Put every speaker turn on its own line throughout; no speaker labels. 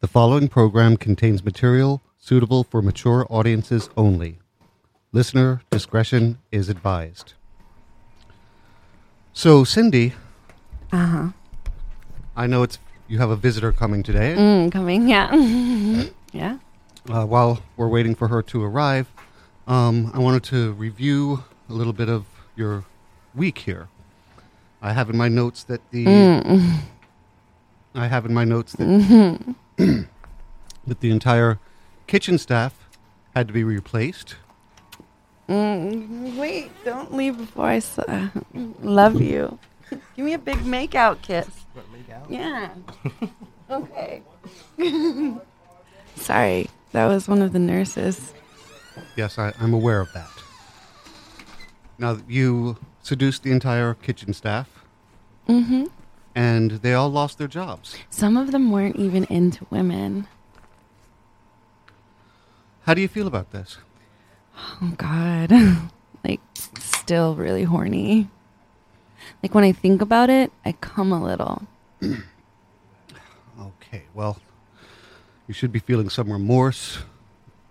The following program contains material suitable for mature audiences only. Listener discretion is advised. So, Cindy,
Uh huh.
I know it's you have a visitor coming today.
Mm, coming, yeah. yeah.
uh, while we're waiting for her to arrive, um, I wanted to review a little bit of your week here. I have in my notes that the I have in my notes that that the entire kitchen staff had to be replaced.
Mm, wait, don't leave before I s- uh, love you. Give me a big make out kiss. Yeah. okay. Sorry, that was one of the nurses.
Yes, I, I'm aware of that. Now you seduced the entire kitchen staff,
hmm
and they all lost their jobs.
Some of them weren't even into women.
How do you feel about this?
Oh God. like still really horny. Like when I think about it, I come a little.
Okay, well, you should be feeling some remorse.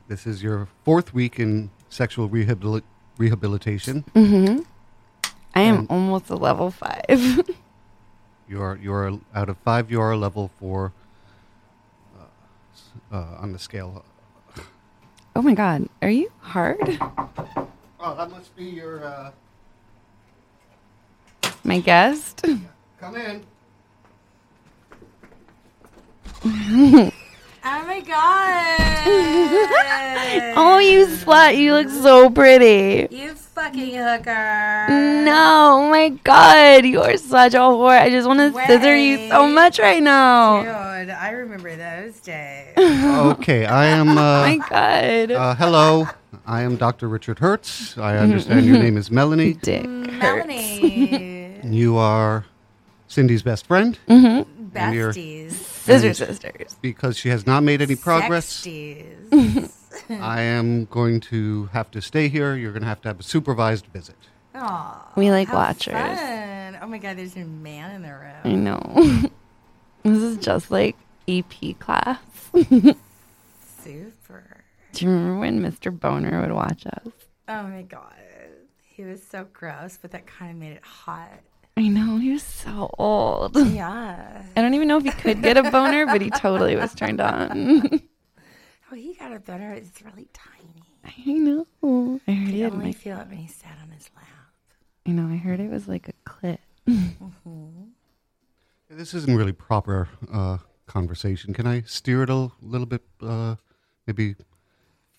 This is your fourth week in sexual rehabilit- rehabilitation.
Mm-hmm. I am
And-
almost a level five.
You are you are out of five. You are a level four uh, s- uh, on the scale.
oh my god, are you hard?
Oh, that must be your. Uh,
My guest?
come in.
Oh my god!
Oh, you slut! You look so pretty.
You fucking hooker!
No, oh my god, you are such a whore. I just want to scissor you so
Wait.
much right now.
Dude, I remember those days.
Okay, I am.
My
Uh,
god,
uh, hello, I am Dr. Richard Hertz.
Mm-hmm.
I understand your name is Melanie.
dick.
Melanie,
You are Cindy's best friend
Mm-hmm.
Weird.
besties,
Scissor
And-
sisters.
because she has not made any progress.
Sexties.
I am going to have to stay here. You're going to have to have a supervised visit.
Aw,
We like
how
watchers.
fun. Oh my god, there's a man in the
I
room.
know. this is just like EP class.
Super.
Do you remember when Mr. Boner would watch us?
Oh my god, he was so gross, but that kind of made it hot.
I know he was so old.
Yeah.
I don't even know if he could get a boner, but he totally was turned on.
Oh, he got a boner. It's really tiny.
I know. I heard he
You
had
only
like
feel it when he sat on his lap.
you know, I heard it was like a clit.
This isn't really proper uh, conversation. Can I steer it a l- little bit? Uh, maybe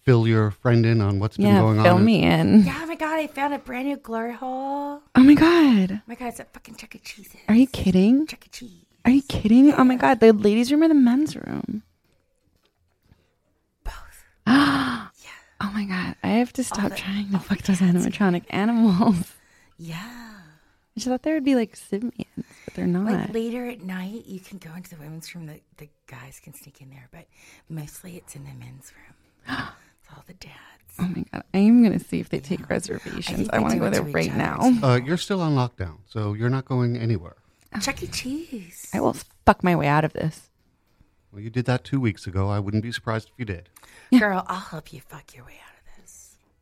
fill your friend in on what's been going
Yeah, fill
on.
me in.
Yeah, oh my god, I found a brand new glory hole.
Oh my god.
Oh my god, it's a fucking Chuck E. Cheese.
Are you kidding?
Chuck E. Cheese.
Are you kidding? Oh my god, the ladies' room or the men's room?
Both.
Oh my god. I have to stop trying to fuck those animatronic animals.
Yeah.
I just thought there would be like simians, but they're
Like
not.
later at night, you can go into the women's room. The, the guys can sneak in there, but mostly it's in the men's room. it's all the dads.
Oh my god. I am gonna see if they
I
take
think
reservations.
they
I wanna
do
go
it
there
to each
right
other,
now.
too.
Uh, you're still on lockdown, so you're not going anywhere.
Chuck E. Cheese.
I will fuck my way out of this.
Well, you did that two weeks ago. I wouldn't be surprised if you did.
Girl, I'll help you fuck your way out of this.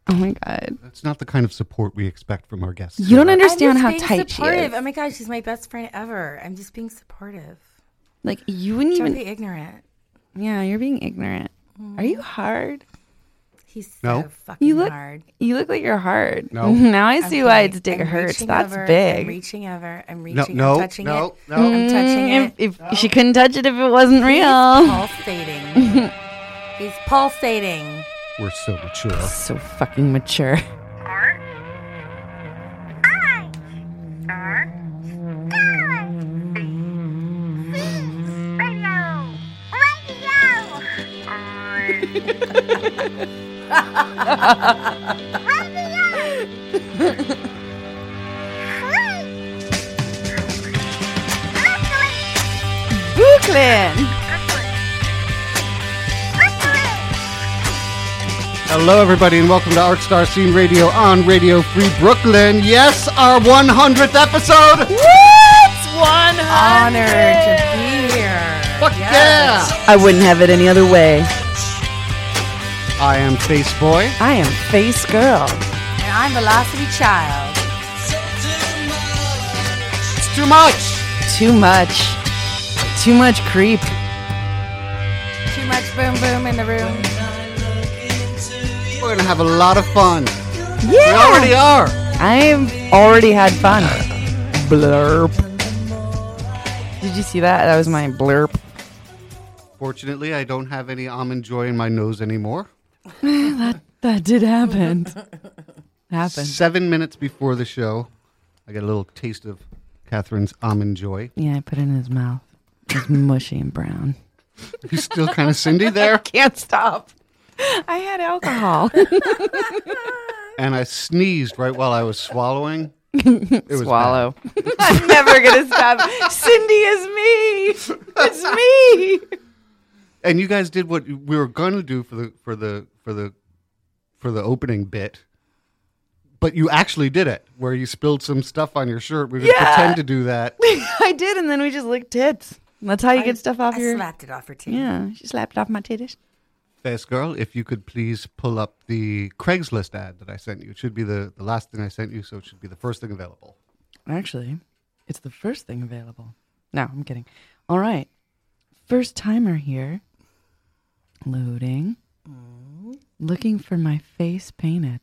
Oh my god.
That's not the kind of support we expect from our guests.
You don't
here.
understand
I'm just
how
being
tight she
supportive.
is.
Oh my god, she's my best friend ever. I'm just being supportive.
Like you wouldn't
Don't
even.
be ignorant.
yeah, you're being ignorant. Are
Mm.
you hard?
He's so
No.
fucking
You look.
hard.
You look like you're hard.
No.
now I
I'm
see why
playing.
it's dick
I'm
hurts.
reaching
That's
over, I'm
big.
reaching over. I'm
No,
reaching.
no,
I'm touching
no,
it.
no.
I'm touching
Mm,
it.
If, if she couldn't touch it if it wasn't
He's
real.
pulsating. He's pulsating.
We're so mature.
So fucking mature. Brooklyn.
Hello, everybody, and welcome to Art Star Scene Radio on Radio Free Brooklyn. Yes, our 100th episode.
What? One
Honored to be here.
Fuck
yes.
Yeah!
I wouldn't have it any other way.
I am Face Boy.
I am Face Girl.
And I'm Velocity Child.
It's too much!
Too much. Too much creep.
Too much boom boom in the room.
We're gonna have a lot of fun. We
Yeah.
already are.
I've already had fun. Blurp. Did you see that? That was my blurp.
Fortunately, I don't have any almond joy in my nose anymore.
That did happen. Happened.
Seven minutes before the show, I got a little taste of Catherine's almond joy.
Yeah, I put it in his mouth. It's mushy and brown.
You still kind of Cindy there?
Can't stop. I had alcohol.
And I sneezed right while I was swallowing. It was
Swallow. I'm never gonna stop. Cindy is me. It's me.
bad. And you guys did what we were gonna do for the for the for the for the opening bit. But you actually did it, where you spilled some stuff on your shirt. We just
Yeah.
pretend to do that.
I did, and then we just licked tits. That's how you get stuff off
I
your.
slapped it off her too.
Yeah, she slapped off my titties.
Face girl, if you could please pull up the Craigslist ad that I sent you. It should be the, the last thing I sent you, so it should be the first thing available.
Actually, it's the first thing available. No, I'm kidding. All right. First timer here. Loading.
Mm-hmm.
Looking for my face painted.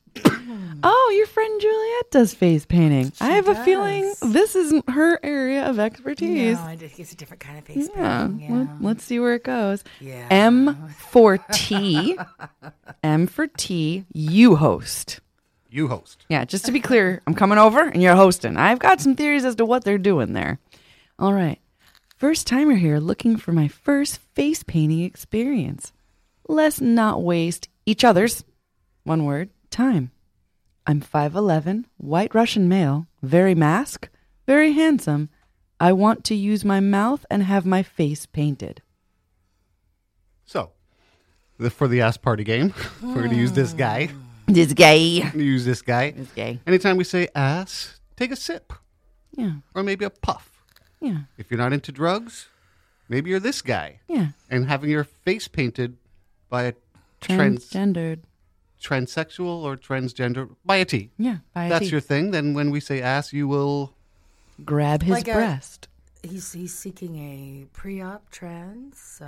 oh, your friend Juliet does face painting. I have a feeling this isn't her area of expertise.
No, I just- it's a different kind of face
Yeah.
painting. Yeah.
Let, let's see where it goes.
Yeah.
M for T. M for T. You host.
You host.
Yeah, just to be clear, I'm coming over and you're hosting. I've got some theories as to what they're doing there. All right. First timer here looking for my first face painting experience. Let's not waste each other's, one word, time. I'm 5'11, white Russian male, very mask, very handsome. I want to use my mouth and have my face painted.
So, the, for the ass party game, we're going to use this guy.
This gay.
We're gonna use this guy.
This gay.
Anytime we say ass, take a sip
Yeah,
or maybe a puff.
yeah,
If you're not into drugs, maybe you're this guy
yeah.
and having your face painted by a trans
Transgendered.
transsexual or transgender by a T.
Yeah, by a
That's
T.
your thing. Then when we say ass, you will
grab his
Like a-
breast.
He's, he's seeking a pre-op trans uh,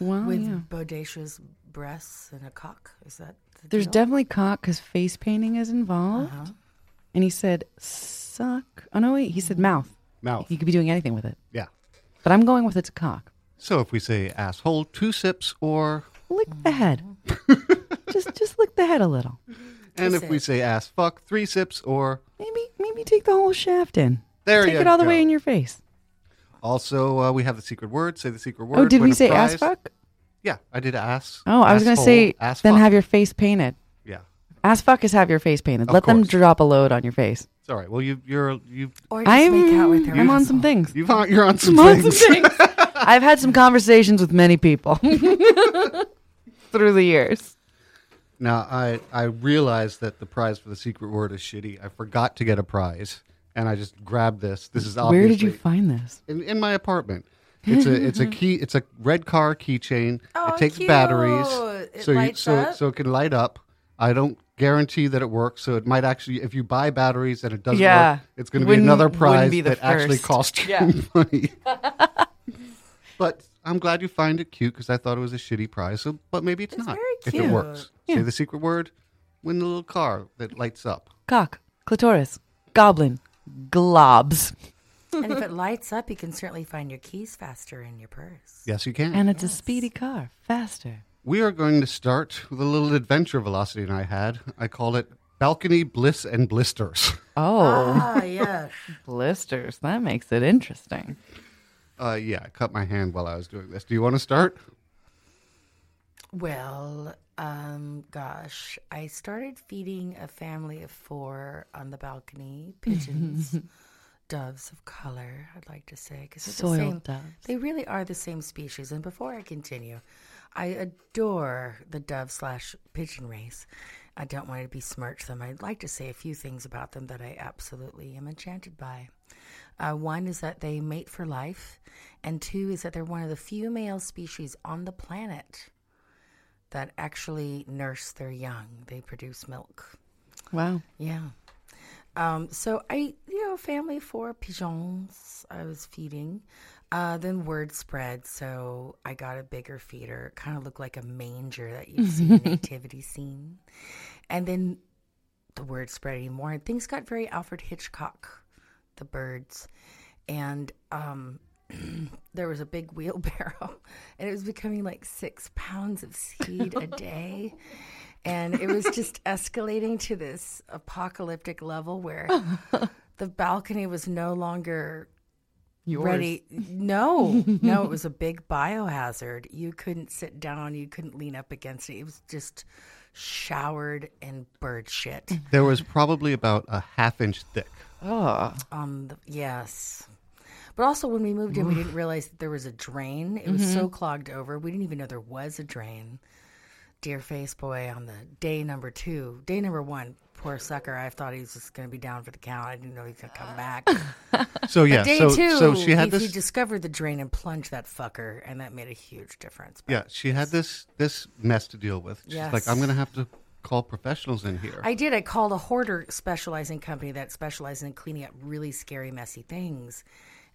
Wow,
with
Oh, yeah.
bodacious breasts and a cock. Is that the
There's
deal?
definitely cock because face painting is involved.
Uh-huh.
And he said, suck. Oh, no, wait. He
Mm-hmm.
said mouth.
mouth.
He could be doing anything with it.
Yeah.
But I'm going with it's a cock.
So if we say asshole, two sips or
Lick the
Mm-hmm.
head. just just lick the head a little.
and if we
sips.
say ass fuck, three sips or
Maybe maybe take the whole shaft in.
There
Take
you
it all the
go.
way in your face.
also uh, we have the secret word. Say the secret word.
oh, did
win
we
a
say ass
prize.
fuck?
Yeah, I did ass.
Oh, I was going to
asshole,
say
ass
then
fuck.
have your face painted.
Yeah.
Ass fuck is have your face painted.
Of
Let them
course.
drop a load on your face.
It's all right. Well, you you're you've
Or just
I'm,
make out with her.
I'm on some things.
you've on, you're on some
I'm on some
things.
things. I've had some conversations with many people through the years.
Now I I realized that the prize for the secret word is shitty. I forgot to get a prize, and I just grabbed this. This is obviously
Where did you find this?
in, in my apartment. It's a it's a key it's a red car keychain.
Oh,
it takes
cute.
batteries,
It
so
lights
so
up?
so it can light up. I don't guarantee that it works, so it might actually if you buy batteries and it doesn't
Yeah.
work, it's going to be
Wouldn't-
another
wouldn't
prize
be the
that actually
first.
costs you
Yeah.
money. but I'm glad you find it cute because I thought it was a shitty prize. So, but maybe it's, not.
very
If it
cute.
works, say
Yeah.
the secret word, win the little car that lights up.
Cock, clitoris, goblin, globs.
and if it lights up, you can certainly find your keys faster in your purse.
Yes, you can.
And it's a speedy car, faster.
We are going to start with a little adventure Velocity and I had. I call it Balcony Bliss and Blisters.
Oh,
Ah, yes.
blisters. That makes it interesting.
Uh, yeah, I cut my hand while I was doing this. Do you want to start?
Well, um, gosh, I started feeding a family of four on the balcony pigeons, doves of color. I'd like to say because the
Soiled
same,
doves.
They really are the same species. And before I continue, I adore the dove slash pigeon race. I don't want to besmirch them. I'd like to say a few things about them that I absolutely am enchanted by. Uh, one is that they mate for life, and two is that they're one of the few male species on the planet that actually nurse their young. They produce milk.
Wow.
Yeah. Um, so I, you know, family four pigeons I was feeding. Uh, then word spread, so I got a bigger feeder. Kind of looked like a manger that you see in nativity scene. And then the word spread anymore. And things got very Alfred Hitchcock, the birds. And um, there was a big wheelbarrow, and it was becoming like six pounds of seed a day. And it was just escalating to this apocalyptic level where the balcony was no longer
Yours.
ready. No, no, it was a big biohazard. You couldn't sit down, you couldn't lean up against it. It was just showered in bird shit.
There was probably about a half inch thick.
Oh.
Um, the, yes. But also, when we moved in, we didn't realize that there was a drain. It was
Mm-hmm.
so clogged over. We didn't even know there was a drain. Dear Face Boy on the day number two, day number one, poor sucker. I thought he was just going to be down for the count. I didn't know he was going to come back.
So yeah,
day
so
two,
so she had
he, he
this.
discovered the drain and plunged that fucker, and that made a huge difference. But
Yeah, she had this this mess to deal with. She's
Yes.
like, I'm gonna have to call professionals in here.
I did. I called a hoarder specializing company that specializes in cleaning up really scary, messy things,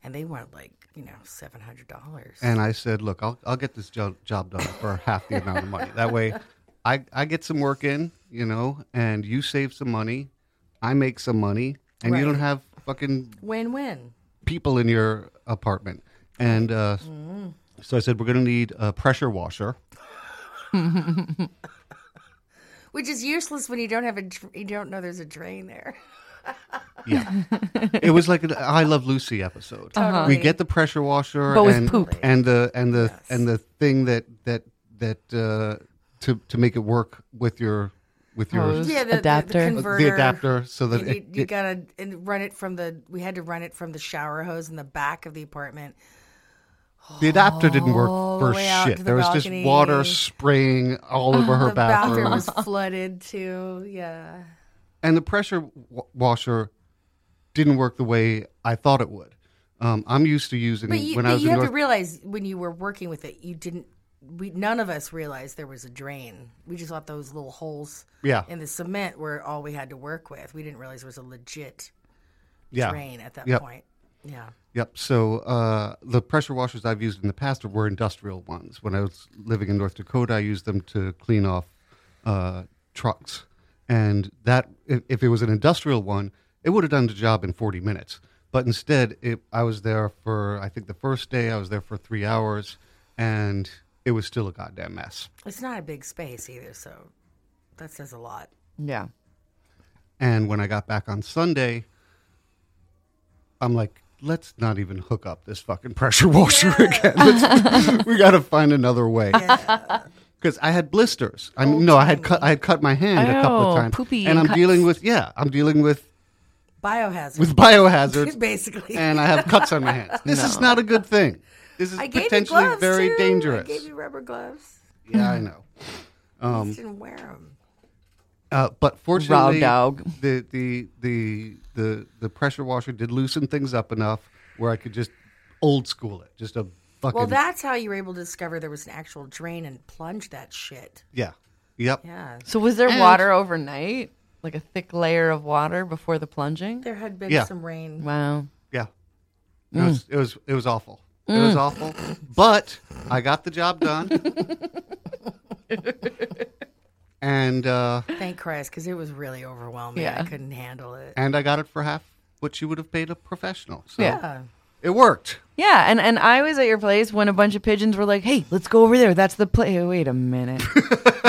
and they wanted like you know seven hundred dollars.
and I said, look, I'll I'll get this job job done for half the amount of money. That way, I I get some work in, you know, and you save some money, I make some money, and you don't
Right.
have fucking
Win-win.
people in your apartment. And uh,
Mm.
so I said, we're gonna need a pressure washer.
which is useless when you don't have a dr- you don't know there's a drain there.
Yeah. it was like an I Love Lucy episode. We
Totally.
get the pressure washer
But with
and
poop.
and the and the and the thing that that that uh, to to make it work with your with your
Hose.
Yeah, the
Adapter.
The,
The
the
converter.
adapter so that
You,
it,
you, you
it-
gotta and run it from the. We had to run it from the shower hose in the back of the apartment.
the adapter didn't work
all the
for
way out
shit.
to the
there was
balcony.
just water spraying all over her
the bathroom
bathroom.
was flooded too. Yeah,
and the pressure w- washer didn't work the way I thought it would. Um, I'm used to using
but you,
when I
but
was in
you have
North
to realize when you were working with it, you didn't. We none of us realized there was a drain. We just thought those little holes
Yeah.
in the cement were all we had to work with. We didn't realize there was a legit
yeah.
drain at that
Yep.
point. Yeah.
Yep. So uh, the pressure washers I've used in the past were industrial ones. When I was living in North Dakota, I used them to clean off uh, trucks, and that if, if it was an industrial one, it would have done the job in 40 minutes. But instead, it, I was there for I think the first day I was there for three hours, and it was still a goddamn mess.
It's not a big space either, so that says a lot.
Yeah.
And when I got back on Sunday, I'm like, let's not even hook up this fucking pressure washer again. Let's- we got to find another way. Because I had blisters. I
Oh,
mean, no, I had cut. I had cut my hand a couple
Oh,
of times,
poopy
and I'm
cuts.
dealing with yeah, I'm dealing with
Biohazard,
with biohazards,
basically.
and I have cuts on my hands. This is not a good thing. This is
I gave
potentially
you gloves
very
too.
dangerous. Um,
I gave you rubber gloves.
yeah, I know.
You just didn't wear them.
Uh, but fortunately,
dog.
the the the the the pressure washer did loosen things up enough where I could just old school it, just a fucking
Well, that's how you were able to discover there was an actual drain and plunge that shit.
yeah, yep.
Yeah,
So was there water overnight? Like a thick layer of water before the plunging?
there had been
Yeah.
some rain.
Wow.
Yeah. It was it was it was awful. It was awful. But I got the job done. and uh
Thank Christ, because it was really overwhelming.
Yeah.
I couldn't handle it.
and I got it for half what you would have paid a professional. So
Yeah.
Yeah.
it worked.
Yeah, and, and I was at your place when a bunch of pigeons were like, "Hey, let's go over there. That's the place." Wait a minute.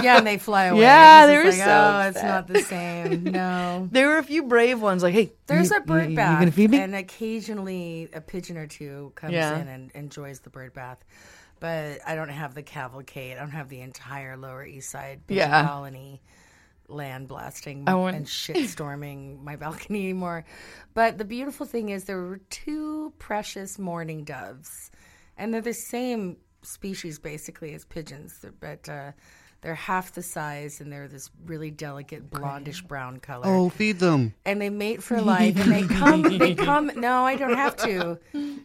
yeah, and they fly away.
Yeah,
It was
they
just
were
like,
so
Oh, it's not the same. No.
there were a few brave ones like, "Hey,
There's
you-
a bird
you,
bath,
You gonna feed me?"
and occasionally a pigeon or two comes
Yeah.
in and enjoys the bird bath. But I don't have the cavalcade. I don't have the entire Lower East Side pigeon
Yeah.
colony land blasting
I wouldn't-
and shit storming my balcony anymore. But the beautiful thing is there were two precious mourning doves, and they're the same species basically as pigeons, but uh, They're half the size and they're this really delicate blondish brown color.
Oh, feed them.
And they mate for life and they come they come no, I don't have to.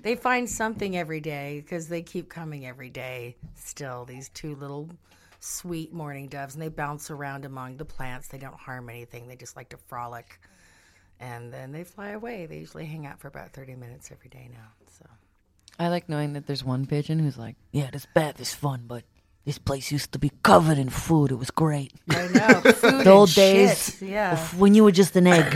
They find something every day because they keep coming every day still these two little sweet mourning doves and they bounce around among the plants. They don't harm anything. They just like to frolic. And then they fly away. They usually hang out for about 30 minutes every day now. So
I like knowing that there's one pigeon who's like,
Yeah, this bath is fun, but this place used to be covered in food. It was great.
I know. Food
The old
and
days
shit. Yeah.
of when you were just an egg.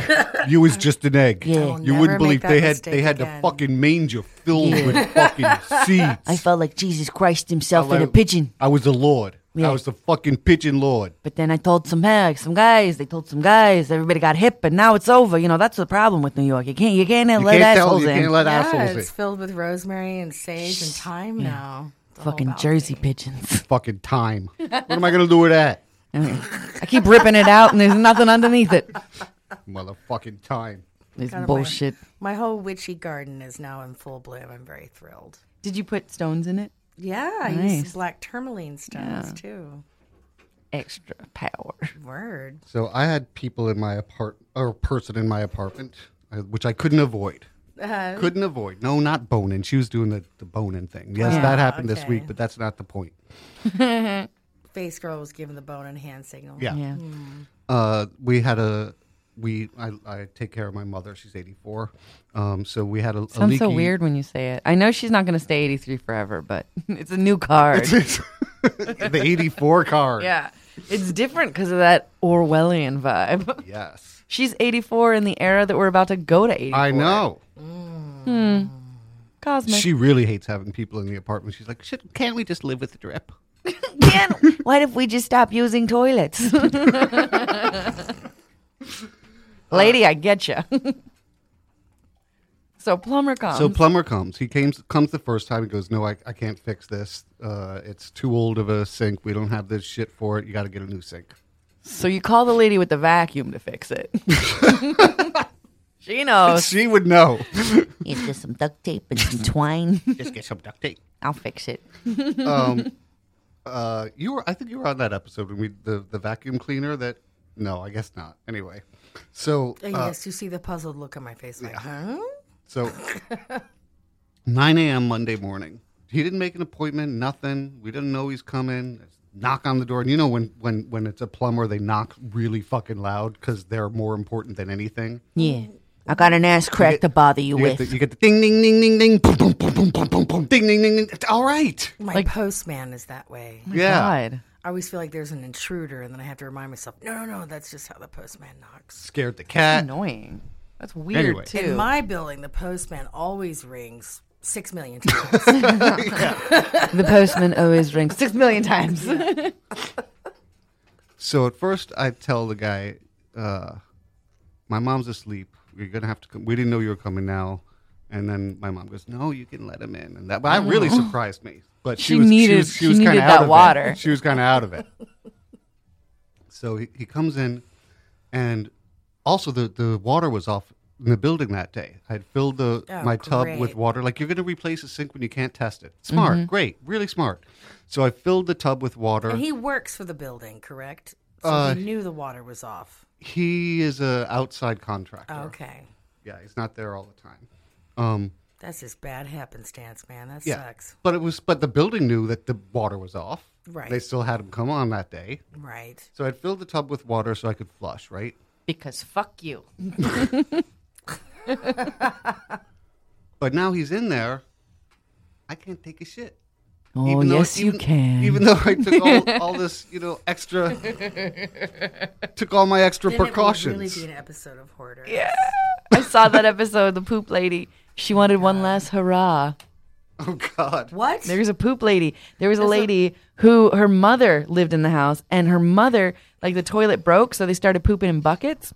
You was just an egg.
Yeah.
I'll
You
never
wouldn't
make
believe
that
they had they
mistake
had
again.
the fucking manger filled
Yeah.
with fucking seeds.
I felt like Jesus Christ himself and a
Like,
pigeon.
I was the lord.
Yeah.
I was the fucking pigeon lord.
But then I told some hag, some guys. They told some guys. Everybody got hip, and now it's over. You know that's the problem with New York. You can't, you can't
You
let
can't tell.
assholes
You
in.
can't let
yeah,
assholes
it's
in.
filled with rosemary and sage and thyme now. It's a whole
Fucking
balcony.
Jersey pigeons.
Fucking time. What am I gonna do with that?
Mm.
I keep ripping it out and there's nothing underneath it.
Motherfucking time.
It's
Got it, Maya.
bullshit.
My whole witchy garden is now in full bloom. I'm very thrilled.
Did you put stones in it?
Yeah, I use
Nice.
some black tourmaline stones too.
Extra power.
Word.
So I had people in my apart or a person in my apartment, uh, which I couldn't avoid.
Uh,
Couldn't avoid. No, not boning. She was doing the, the boning thing. Yes,
Yeah,
that happened this
okay.
week, but that's not the point.
face girl was given the bone and hand signal.
Yeah.
Yeah.
Uh, we had a we I, I take care of my mother. She's eighty four. Um, so we had a, a
Sounds
leaky,
so weird when you say it. I know she's not going to stay 83 forever, but it's a new card.
the eighty four car.
yeah. It's different because of that Orwellian vibe.
Yes.
She's 84 in the era that we're about to go to 84.
I know.
Cosmic.
She really hates having people in the apartment. She's like, Should, can't we just live with the drip?
what if we just stop using toilets?
Lady, I get you. so plumber comes.
So plumber comes. He came, comes the first time. He goes, no, I, I can't fix this. Uh, it's too old of a sink. We don't have this shit for it. You got to get a new sink.
so you call the lady with the vacuum to fix it. she knows.
She would know.
it's just some duct tape and some twine.
just get some duct tape.
I'll fix it.
Uh, you were, I think you were on that episode when we the, the vacuum cleaner. That no, I guess not. Anyway, so
Uh,
uh,
yes, you see the puzzled look on my face. Like, huh?
So, 9 a.m. Monday morning. He didn't make an appointment. Nothing. We didn't know he's coming. Knock on the door, and you know when when when it's a plumber, they knock really fucking loud because they're more important than anything.
Yeah, I got an ass crack to bother you,
You get,
with.
the, you get the ding ding ding ding ding boom boom boom boom boom boom boom ding ding ding. ding. It's All right.
My postman is that way.
yeah.
God.
I always feel like there's an intruder, and then I have to remind myself, no, no, no, that's just how the postman knocks.
Scared the cat.
Annoying. That's weird,
Anyway.
too.
In my building, the postman always rings six million times.
the postman always rings six million times.
So at first, I tell the guy, uh, "My mom's asleep. You're gonna have to come. We didn't know you were coming now." And then my mom goes, "No, you can let him in." And that, but that really surprised me. But she,
Oh. She
was,
needed-
she was,
she
was
needed
kinda
that
out of it.
water.
She was kind of out of it. so he, he comes in, and also the the water was off in the building that day. I had filled the
Oh,
my tub with
great.
water. Like you're gonna replace a sink when you can't test it. Smart,
Mm-hmm.
great, really smart. So I filled the tub with water.
and he works for the building, correct? So he knew the water was off.
He is a outside contractor.
Oh, Okay.
Yeah, he's not there all the time. Um,
That's just bad happenstance, man. That
yeah,
sucks.
but it was. But the building knew that the water was off.
Right.
They still had him come on that day.
Right.
So I'd fill the tub with water so I could flush. Right.
because fuck you.
But now he's in there. I can't take a shit.
Oh,
though-
yes, you
even-
can.
Even though I took all, all this, you know, extra, took all my extra
Then
precautions.
It would really be an episode of Hoarder.
I saw that episode, the poop lady. She wanted one last hurrah.
oh God.
What?
There's a poop lady. There was a lady who her mother lived in the house, and her mother, like the toilet broke, so they started pooping in buckets.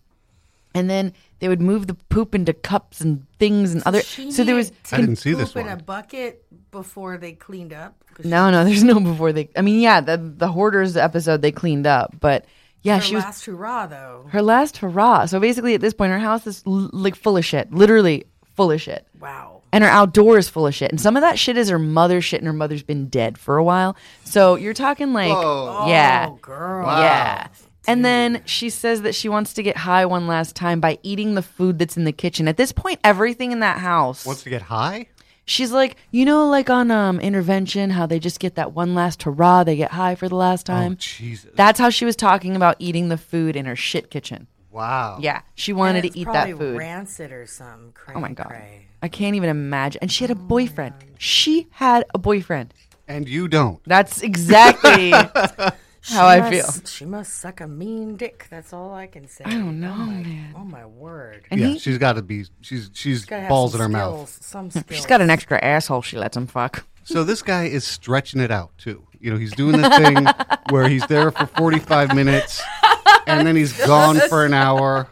And then they would move the poop into cups and things and other.
She
so there was
needed
I didn't see
poop
this
in a
one.
bucket before they cleaned up. 'Cause
no, no. There's no before they. I mean, yeah, the the hoarders episode they cleaned up, but yeah,
Her
she was
last hurrah, though.
her last hurrah. So basically, at this point, her house is l- like full of shit. Literally full of shit.
Wow.
and her outdoor is full of shit. And some of that shit is her mother's shit, and her mother's been dead for a while. So you're talking like,
Whoa.
yeah,
Oh, girl.
yeah. And then she says that she wants to get high one last time by eating the food that's in the kitchen. At this point, everything in that house.
Wants to get high?
She's like, you know, like on um, intervention, how they just get that one last hurrah, they get high for the last
Oh,
time.
Jesus.
That's how she was talking about eating the food in her shit kitchen.
wow.
Yeah, she
And
wanted
it's
to eat that
probably
food.
Rancid or something. Cray,
oh my god,
Cray. Oh
I can't even imagine. And she had a boyfriend. She had a boyfriend.
And you don't.
That's exactly how
She
I feel.
must- She must suck a mean dick. That's all I can say. I
don't know,
oh my,
man.
Oh my word.
And
yeah,
he,
she's got to be. She's she's
Gotta have
balls in
some
her
skills,
mouth.
Some skills.
she's got an extra asshole. She lets him fuck.
So this guy is stretching it out too. You know, he's doing this thing where he's there for 45 minutes and then he's gone for an hour.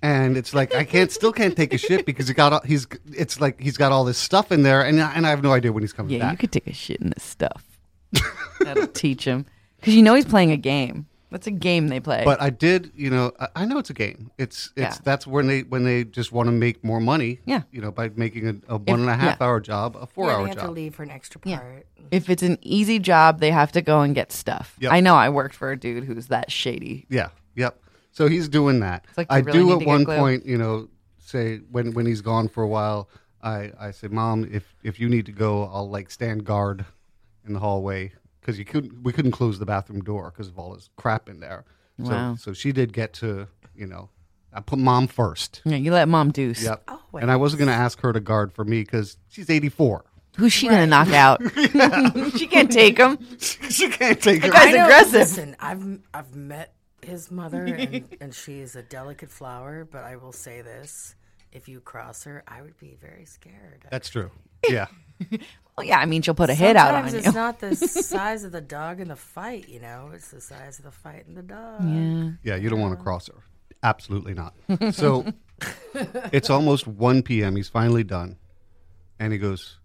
And it's like I can't still can't take a shit because he got all, he's it's like he's got all this stuff in there and I- and I have no idea when he's coming
Yeah, you
back.
could take a shit in this stuff. That'll teach him because you know he's playing a game. That's a game they play.
But I did, you know, I, I know it's a game. It's it's
Yeah.
that's when they when they just want to make more money.
Yeah.
you know, by making a, a one and a half
yeah.
hour job a four
Yeah,
hour
they have to
job.
leave for an extra
Yeah.
part.
if it's an easy job, they have to go and get stuff.
Yep.
I know I worked for a dude who's that shady.
Yeah. Yep. So he's doing that.
like you
I
really need
do
to
at
get
one
glue.
point, you know, say when when he's gone for a while, I I say, "Mom, if if you need to go, I'll like stand guard in the hallway because you couldn't we couldn't close the bathroom door because of all his crap in there." So
Wow.
so she did get to, you know, I put mom first.
Yeah, you let mom deuce.
Yep.
Oh, wait.
and I wasn't going to ask her to guard for me cuz she's 84.
Who's she gonna knock out? she can't take him.
she can't take her.
guy's
I know,
aggressive.
Listen, I've I've met his mother, and, and she is a delicate flower. But I will say this: if you cross her, I would be very scared.
That's true. Yeah.
Oh,
Well, yeah, I mean she'll put a hit out on
Sometimes
you.
it's not the size of the dog in the fight, you know. It's the size of the fight in the dog.
yeah.
Yeah, you don't want to cross her. Absolutely not. So it's almost 1 p.m. He's finally done. And he goes,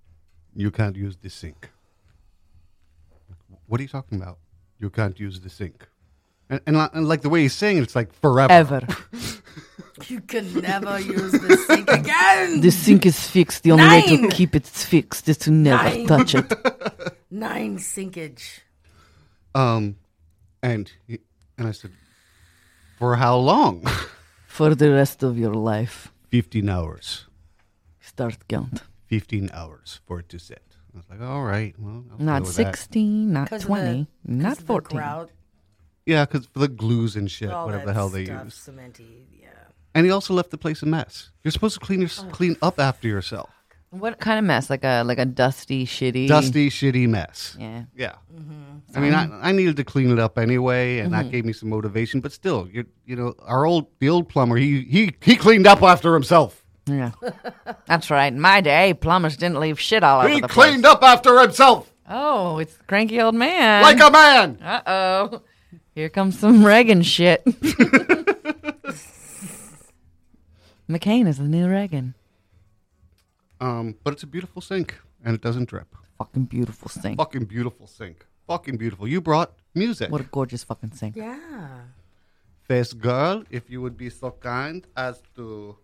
You can't use the sink. What are you talking about? You can't use the sink. And, and, li- and like the way he's saying it, it's like forever.
Ever.
You can never use the sink again.
The sink is fixed. The only way to
Nine.
keep it fixed is to never
Nine.
touch it.
Nine sinkage.
Um, and, he, and I said, For how long?
For the rest of your life,
15 hours.
start count.
15 hours for it to sit. I was like, All right. Well, I'll deal
Not
with that."
sixteen, not
'Cause of the-
twenty,
'Cause
not
of the
fourteen.
grout,
Yeah, because for the glues and shit,
all
whatever
that
the hell they
stuff,
use.
Cementy, yeah.
and he also left the place a mess. You're supposed to clean your,
Oh.
clean up after yourself.
What kind of mess? Like a like a dusty, shitty
Dusty, shitty mess.
Yeah. Mm-hmm.
Yeah. I mean, I, I needed to clean it up anyway, and that gave me some motivation. But still, you you know, our old the old plumber, he he he cleaned up after himself.
Yeah. That's right. In my day, plumbers didn't leave shit all over
He
the
cleaned
place.
up after himself
Oh, it's the cranky old man.
like a man.
Uh oh. Here comes some Reagan shit. McCain is the new Reagan.
Um, but it's a beautiful sink, and it doesn't drip.
Fucking beautiful sink.
Fucking beautiful sink. Fucking beautiful. You brought music.
What a gorgeous fucking sink.
Yeah.
Face girl, if you would be so kind as to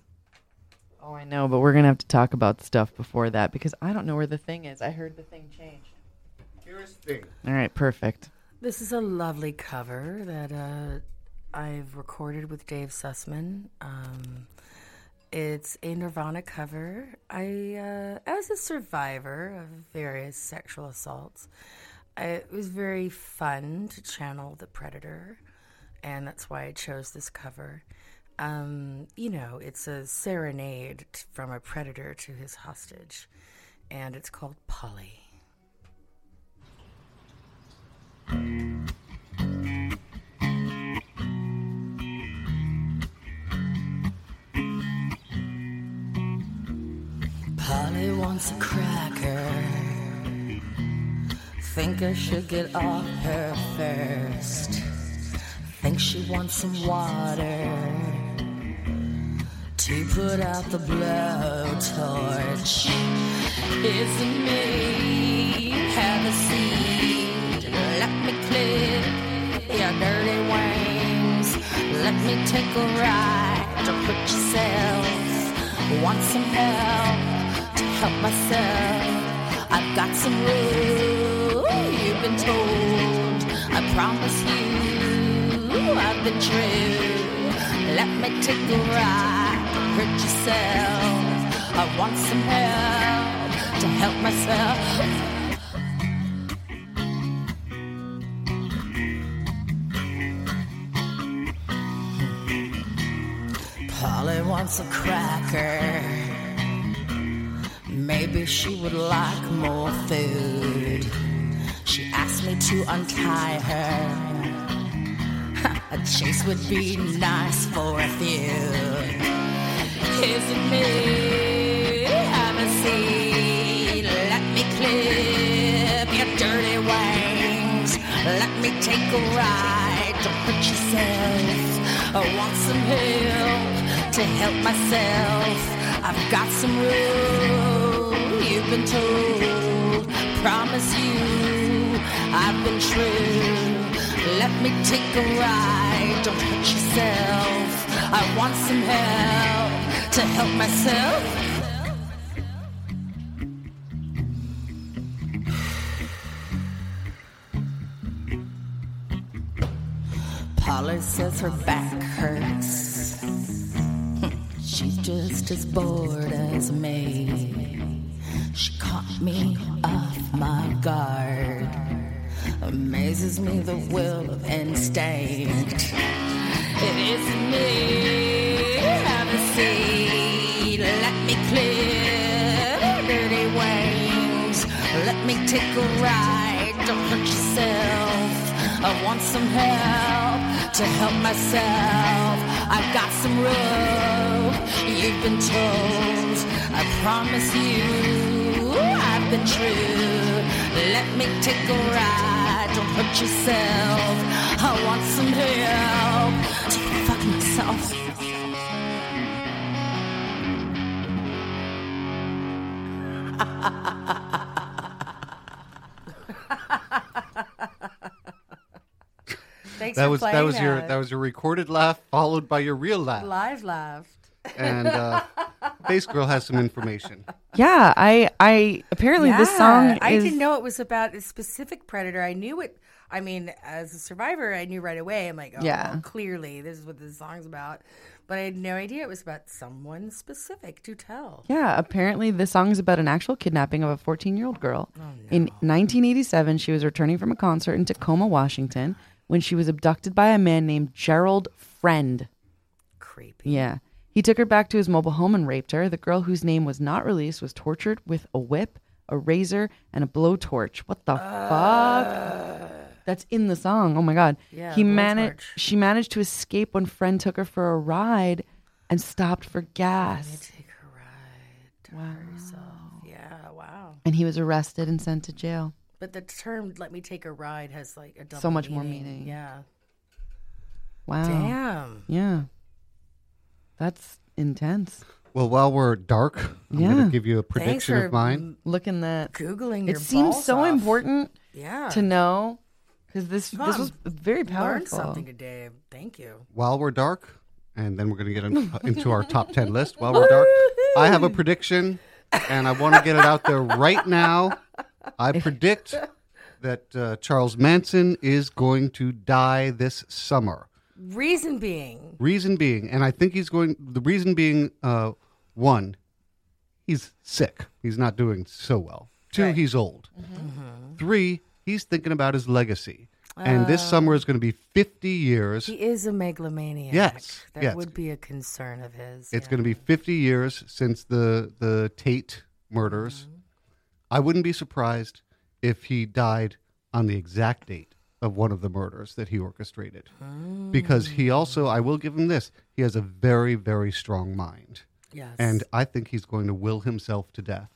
Oh, I know, but we're going to have to talk about stuff before that because I don't know where the thing is. I heard the thing change.
here's thing.
All right, perfect.
This is a lovely cover that uh, I've recorded with Dave Sussman. Um, it's a Nirvana cover. I, uh, as a survivor of various sexual assaults, I, it was very fun to channel the predator, and that's why I chose this cover. Um, you know, it's a serenade t- from a predator to his hostage, and it's called Polly. Polly wants a cracker. Think I should get off her first. Think she wants some water to put out the blowtorch. It's me. Have a seat. Let me clip your dirty wings. Let me take a ride. Don't put yourself. Want some help?
help myself. I've got some rules you've been told. I promise you, I've been true. Let me take a ride, hurt yourself. I want some help to help myself. Polly wants a cracker. Maybe she would like more food. She asked me to untie her. a chase would be nice for a few. Isn't me? Have a seat. Let me clip your dirty wings. Let me take a ride. Don't hurt yourself. I want some help to help myself. I've got some rules you've been told. Promise you, I've been true. Let me take a ride. Don't hurt yourself. I want some help to help myself. Polly says her back hurts. She's just as bored as me. She caught me off my guard. Amazes me the will of instinct. It isn't me. Have a seat. Let me clear dirty wings. Let me take a ride. Don't hurt yourself. I want some help to help myself. I've got some rope you've been told. I promise you, I've been true. Let me take a ride. Don't hurt yourself. I want some help to fuck myself.
Thanks
That
for
was
playing
that was
that.
your that was your recorded laugh followed by your real laugh,
live laughed.
and uh, Bass Girl has some information.
Yeah, I I apparently this
Yeah,
song
I
is
didn't know it was about a specific predator. I knew it. I mean, as a survivor, I knew right away. I'm like, oh,
Yeah.
well, clearly this is what this song's about. But I had no idea it was about someone specific. Do tell.
Yeah, apparently this song is about an actual kidnapping of a 14-year-old girl.
Oh,
In 1987, she was returning from a concert in Tacoma, Washington, when she was abducted by a man named Gerald Friend.
Creepy.
Yeah. He took her back to his mobile home and raped her. The girl whose name was not released was tortured with a whip, a razor, and a blowtorch. What the fuck? That's in the song. Oh my god.
Uh. Yeah,
he managed
blowtorch.
she managed to escape when friend took her for a ride and stopped for gas.
Take a ride to herself. Yeah, wow.
And he was arrested and sent to jail.
But the term "let me take a ride" has like a double
much more meaning. Oh.
Yeah.
Wow.
Damn.
Yeah. That's intense.
Well, while we're dark, I'm
Yeah.
going to give you a prediction
for
of mine.
Looking that
Googling your
it seems
balls
so
off.
important
Yeah.
to know because this this
Mom,
was very powerful.
learn something today. Thank you.
While we're dark, and then we're going to get in, into our top ten list. While we're dark, I have a prediction, and I want to get it out there right now. I predict that uh, Charles Manson is going to die this summer.
Reason being,
Reason being, and I think he's going. The reason being, uh, one, he's sick. He's not doing so well. Two, he's old. Three, he's thinking about his legacy. And this summer is going to be 50 years.
he is a megalomaniac.
Yes,
That
yes.
would be a concern of his.
it's going to be 50 years since the the Tate murders. I wouldn't be surprised if he died on the exact date of one of the murders that he orchestrated. Because he also, I will give him this, he has a very very strong mind.
Yes.
And I think he's going to will himself to death.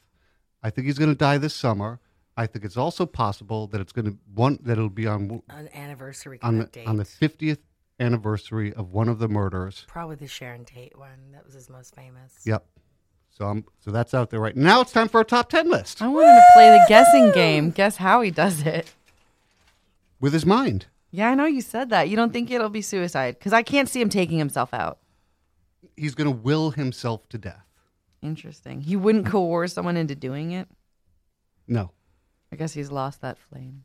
I think he's going to die this summer. I think it's also possible that it's going to one that it'll be on
an anniversary kind
on
of
the,
date.
on the 50th anniversary of one of the murders.
Probably the Sharon Tate one. That was his most famous.
Yep. So I'm so that's out there right now. It's time for our top ten list
Oh.
I wanted to play the guessing game. Guess how he does it.
with his mind.
Yeah, I know you said that. You don't think it'll be suicide because I can't see him taking himself out.
He's going to will himself to death.
Interesting. He wouldn't coerce someone into doing it.
No,
I guess he's lost that flame.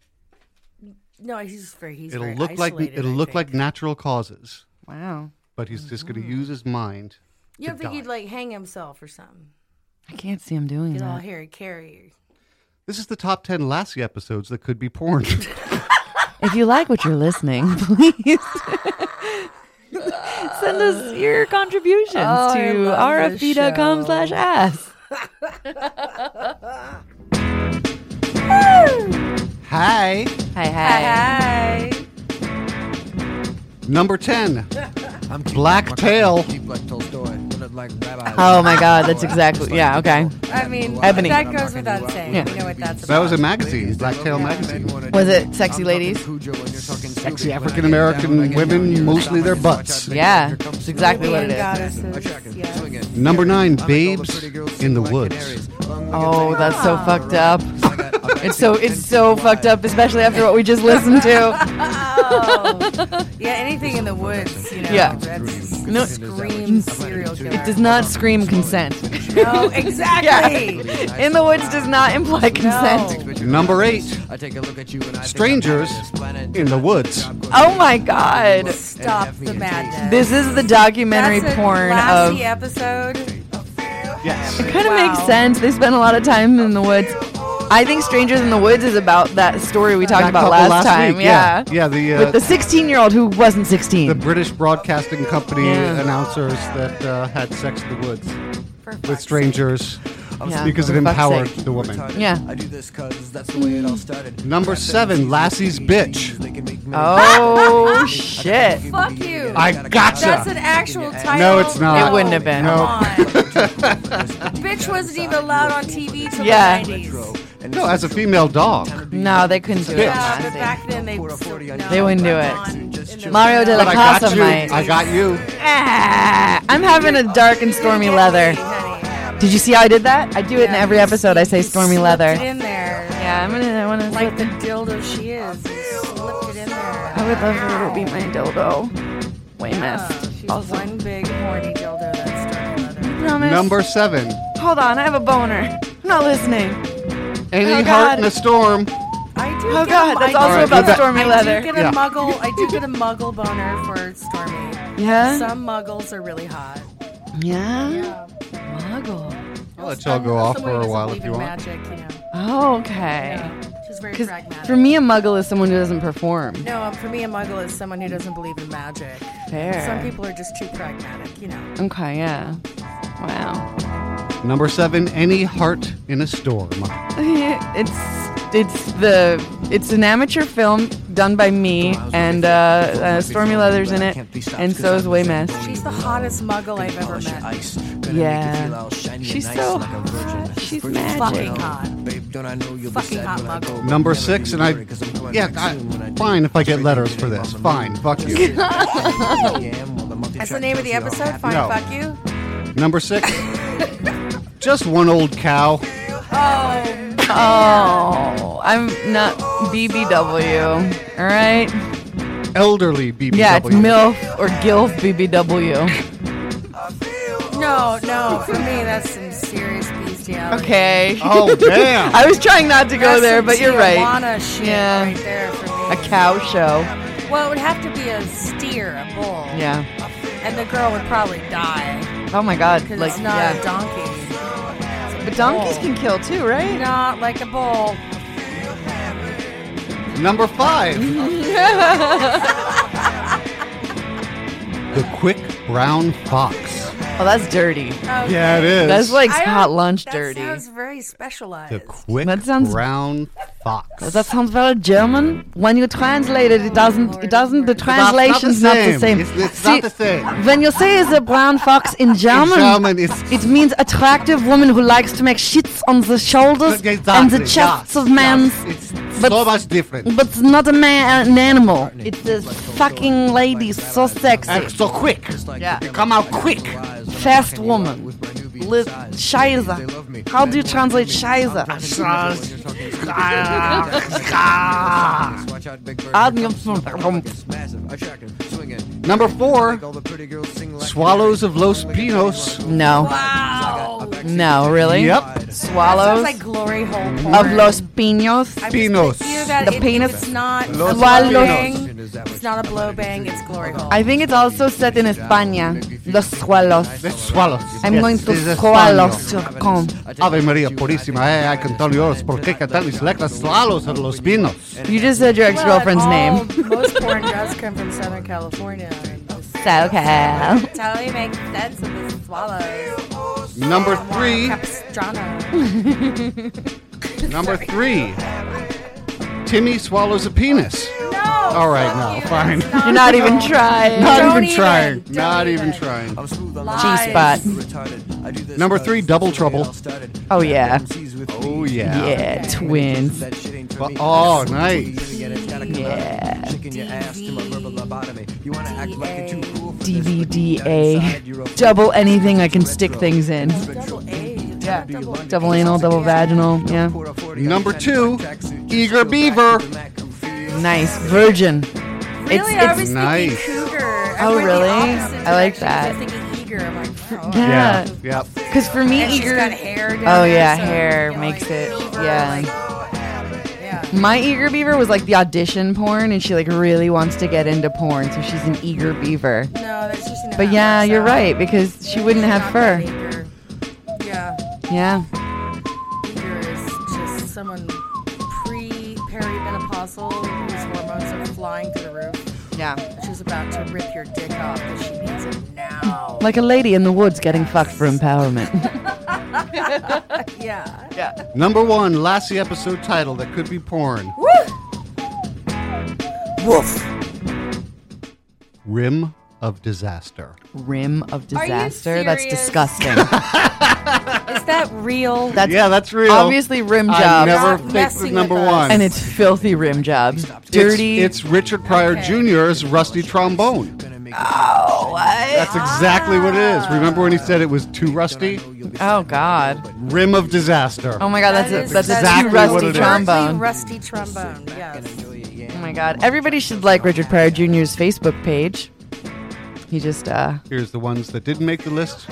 No, he's just very he's
it'll
very
look like
isolated,
it'll
I
look
think.
like
Mm-hmm.
natural causes,
Wow.
but he's just going to use his mind.
You don't
to
think he'd
die.
like hang himself or something?
I can't see him doing
Get all
that.
Harry Carey.
This is the top ten Lassie episodes that could be porn.
If you like what you're listening, please send us your contributions
Oh, I
to
love this
rfp.com slash ass.
Hi,
Hi, hi.
Hi.
number ten.
I'm
Black Tail.
Keep like Tolstoy. Look like rabbi.
Oh my God, that's
Like,
exactly-
just like
yeah,
the
okay.
devil.
I mean,
Ebony.
that goes without saying.
Yeah.
We know what that's about.
That was a magazine, Black Tail magazine.
Was it sexy ladies?
Sexy African-American women, mostly their butts.
Yeah, that's exactly what it is.
Goddesses, yes.
Number nine, Babes in the Woods.
Oh, that's so fucked up. It's so it's so fucked up, especially after what we just listened to.
Oh. Yeah, anything in the woods, you know.
Yeah.
That's
No,
scream serial killer.
it does not scream consent.
No, exactly.
In the woods does not imply consent.
No.
Number eight,
I take a look at you and I
Strangers in the Woods.
Oh my god.
Stop the madness.
This is the documentary
That's a
porn
classy
of
episode.
Yes.
kind of
Wow.
makes sense. They spend a lot of time in the woods. I think Strangers in the Woods is about that story we talked
That
about
couple
last, time.
week,
Yeah.
Yeah, the, uh,
With the 16 year old who wasn't 16.
the British Broadcasting Company
Yeah.
announcers that uh, had sex in the woods
For
with
fuck's
strangers
Yeah,
because it
for fuck's
empowered
sake.
the woman.
Yeah.
I do this cause that's the way it all started.
Number seven, Lassie's Bitch.
Oh, shit.
Fuck you.
I gotcha.
That's an actual title.
No, it's not.
It wouldn't have been.
No.
Come on. Bitch wasn't even allowed on TV till
Yeah.
the 90s.
No, as a female dog.
No, they couldn't do it.
Bitch.
Yeah,
I
but
think.
back then they still, no,
They wouldn't do it.
come on. In the
Mario de
But
la
I
Casa
got you.
might.
I got you.
Ah, I'm having a dark and stormy leather.
Honey,
Did you see how I did that? I do it in every episode. I say stormy
Slipped it
leather.
in there.
Yeah, I'm gonna. I wanna.
Like the dildo she is. you Slipped it in there.
I would love her to be my dildo. Way
Oh,
missed.
she's one big horny dildo that's stuck in leather.
Promise.
Number seven,
Hold on, I have a boner. I'm not listening.
Any
Oh,
Heart in
God.
a Storm.
I do
Oh
get
God,
a-
that's also
I
Alright,
about
go back.
stormy
I do
leather.
get a
Yeah.
muggle. I do get a muggle boner for Stormy.
Yeah.
Some muggles are really hot.
Yeah. Muggle.
I'll let y'all go off
Someone
for a
who
while
doesn't
if you
believe
want.
in Magic, you know.
Oh, okay.
Yeah. She's very
Because
pragmatic.
for me, a muggle is someone who doesn't perform.
no, um, for me, a muggle is someone who doesn't believe in magic.
Fair.
Some people are just too pragmatic, you know.
Okay. Yeah. Wow.
Number seven, Any Heart in a Storm.
it's it's the it's an amateur film done by me and uh, uh, Stormy Leather's in it, and so is Waymess.
She's the hottest muggle I've
Oh,
ever met.
Yeah. She's
She's
so
so
hot. She's
Fucking
magic.
hot.
Babe, don't I know you'll
Fucking
be
hot
sad when I
muggle.
go,
Number six, and I, yeah, I, fine if I get letters for this. Fine, fuck you.
That's the name of the episode. Fine,
No.
fuck you.
Number six, just one old cow.
Oh,
Oh, I'm not BBW. All right.
Elderly BBW.
Yeah, it's MILF or GILF BBW.
no, no. For me, that's some serious bestiality.
Okay.
Oh damn!
I was trying not to go
That's
there,
some
but you're right.
Tijuana shit
Yeah.
right there for me.
A cow show.
Well, it would have to be a steer, a bull.
Yeah.
And the girl would probably die
Oh my God.
because
Like
it's not a
yeah.
donkey. It's a
But donkeys
bull.
can kill too, right?
Not like a bull.
Number five, the quick brown fox.
Oh, that's dirty.
Okay.
it is.
That's like
I don't-
hot lunch
that
dirty.
sounds very
the
specialized.
quick
That sounds-
brown fox.
That sounds very German. When you translate it, it doesn't. It doesn't. The
That's
translation's not the same.
It's, it's not the same.
When you say it's a brown fox in
In
German,
German, it's
it means attractive woman who likes to make shits on the shoulders and the
Exactly,
chests
yes,
of men,
yes. It's
but-
so much different.
but not a man, an animal. It's this fucking lady, so
And
sexy,
so quick.
Yeah.
You come out quick.
fast woman. Lit Scheiße. How do you translate Scheiße?
Number four, Swallows of Los Pinos.
No.
Wow.
Mexican
No, really?
Yep.
Swallows
Sounds like glory hole porn.
of los pinos.
I was
Pinos.
confused about
The
it.
penis.
It's not
Los
a blow
Pinos.
bang. It's not a blow bang. It's glory hole.
I think it's also set in España. Los swallows.
Let's swallow.
I'm
Yes,
going to
this is
swallow
Spanish.
your cum.
Ave María Purísima, eh, I, I can tell you yours por qué cantarles like the swallows of los pinos.
You just said your ex girlfriend's
Well, um,
name.
all- most porn does come from Southern California.
So, okay.
Totally makes sense of the swallows.
Number three,
Capistrano.
number three. Timmy swallows a penis.
No.
All right, now, fine.
You're not even trying. e-
Not
Don't
even
even.
trying.
Don't
Not even
even.
trying.
I'm smooth on
Lies.
the
G-spot.
retarded. I do this
Number
because
three,
that's
Double
the way it
Trouble.
all started.
Oh,
Bad
yeah.
MCs with
Oh
me.
yeah.
Yeah, twins.
That shit ain't for
Well,
me.
oh,
That's
nice.
what you either get, it's gotta come out of you. Shaking your ass to my verbal lobotomy. You wanna act like you're too cool for this, but deep down inside, you're a
DVDA. Double anything I can stick things in.
Double A. Double A.
Double anal, double vaginal. Yeah.
Number two, Eager Beaver.
Nice. Virgin.
Really,
It's-
I
it's
was thinking
nice.
cougar. I
Oh,
went the
really?
opposite
I like
direction.
that.
I was thinking eager. I'm like, wow.
Yeah.
Yeah.
Because for me,
And she's
eager.
got hair down
Oh
there,
yeah,
so,
hair
you know,
makes
like,
it.
fever, like,
Yeah.
yeah.
My eager beaver was like the audition porn, and she like really wants to get into porn, so she's an eager beaver.
No, that's just an
But
hour,
yeah, you're
so
right because she wouldn't
she's
have
not that
fur.
eager. Yeah.
Yeah.
Eager is just someone pre-perimenopausal whose hormones are flying through the roof.
Yeah.
She's about to rip your dick off, but she needs it now.
Like a lady in the woods getting fucked for empowerment.
Yeah.
Number one, last the episode title that could be porn. Woo! Rim of disaster.
Rim of
Are you
disaster. That's
serious?
disgusting.
Is that real?
That's
Yeah, that's real.
obviously rim
I
jobs,
never
Not
picked
messing
the
with
number
us.
one.
and it's filthy rim jobs.
It's-
Dirty.
It's, Richard Pryor Jr.'s rusty trombone.
Oh,
That's exactly what it is. Remember when he said it was too rusty?
oh God.
Rim of disaster.
Oh my God. That's
That
a,
is-
that's
exactly
a
what
too rusty
it is.
trombone.
Rusty trombone. Yes.
Oh my God. Everybody should like Richard Pryor Jr.'s Facebook page. He just, uh,
Here's the ones that didn't make the list.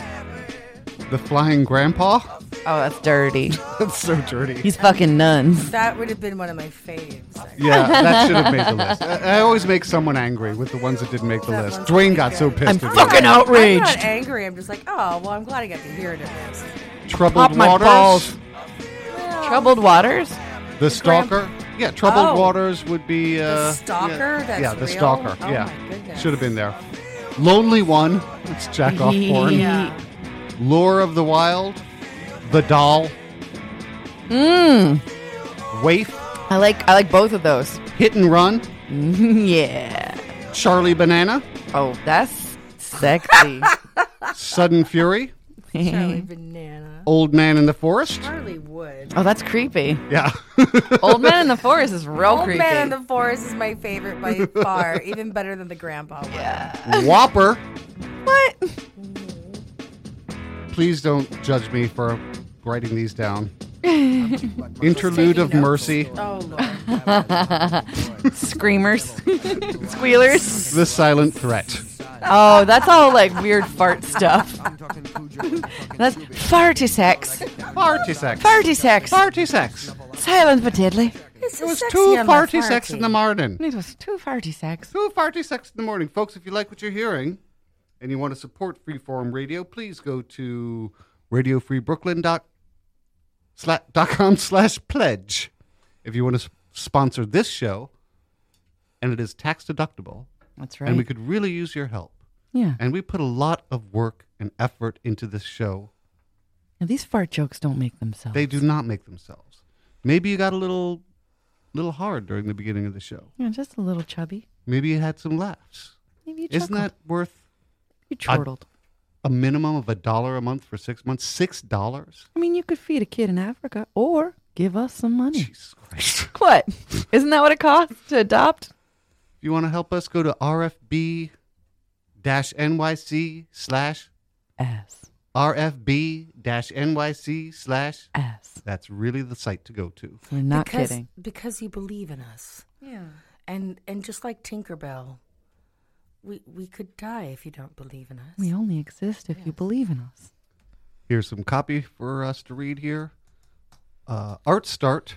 The Flying Grandpa.
oh, that's dirty.
That's so dirty.
He's fucking nuns.
That would have been one of my faves. actually.
Yeah, that should have made the list. I, I always make someone angry with the ones that didn't make the
That
list.
one's
Dwayne
pretty
got so
good.
pissed.
I'm
at me.
fucking
I'm not
outraged.
angry. I'm just like, oh, well, I'm glad I got to hear it at least.
Troubled
Pop my
Waters.
balls. Troubled waters.
The Stalker. Yeah, Troubled
Oh.
Waters would be. Uh,
The Stalker?
Yeah,
That's
yeah, The
real?
Stalker.
Oh
yeah,
my goodness.
should have been there. Lonely One. It's jack off porn.
Yeah.
Lure of the Wild. The Doll. Hmm.
Mmm.
Waif.
I like I like both of those.
Hit and Run.
yeah.
Charlie Banana.
Oh, that's sexy.
Sudden Fury.
Charlie
oh,
Banana.
Old Man in the Forest.
Charlie Wood.
that's creepy.
Yeah.
Old man in the forest is real
Old
creepy.
Man in the Forest is my favorite by far, even better than the Grandpa one.
Whopper.
what?
Please don't judge me for writing these down. Interlude of Mercy.
Oh Lord.
Screamers, squealers.
The Silent Threat.
Oh, that's all like weird fart stuff. That's farty sex.
Party sex.
Farty sex.
Party sex.
Silent but deadly.
This
It
is
was
sexy
two
on my
party sex in the morning.
It was too farty sex.
Two party sex in the morning. Folks, if you like what you're hearing and you want to support Freeform Radio, please go to radiofreebrooklyn dot sla- dot com slash pledge. If you want to s- sponsor this show, and it is tax deductible,
That's
and
right.
we could really use your help.
yeah.
And we put a lot of work and effort into this show.
Now, these fart jokes don't make themselves.
They do not make themselves. Maybe you got a little, little hard during the beginning of the show.
Yeah, just a little chubby.
Maybe you had some laughs.
Maybe you
Isn't
chuckled.
that worth
you
I-
chortled?
a minimum of a dollar a month for six months? Six dollars?
I mean, you could feed a kid in Africa or give us some money.
Jesus Christ.
What? Isn't that what it costs to adopt?
If you want to help us, go to RFB NYC slash
Ass.
RFB NYC slash.
Ass.
That's really the site to go to.
We're not
because,
kidding.
Because you believe in us.
Yeah.
And and just like Tinkerbell, we we could die if you don't believe in us.
We only exist if you believe in us.
Here's some copy for us to read here. Uh, Art Start.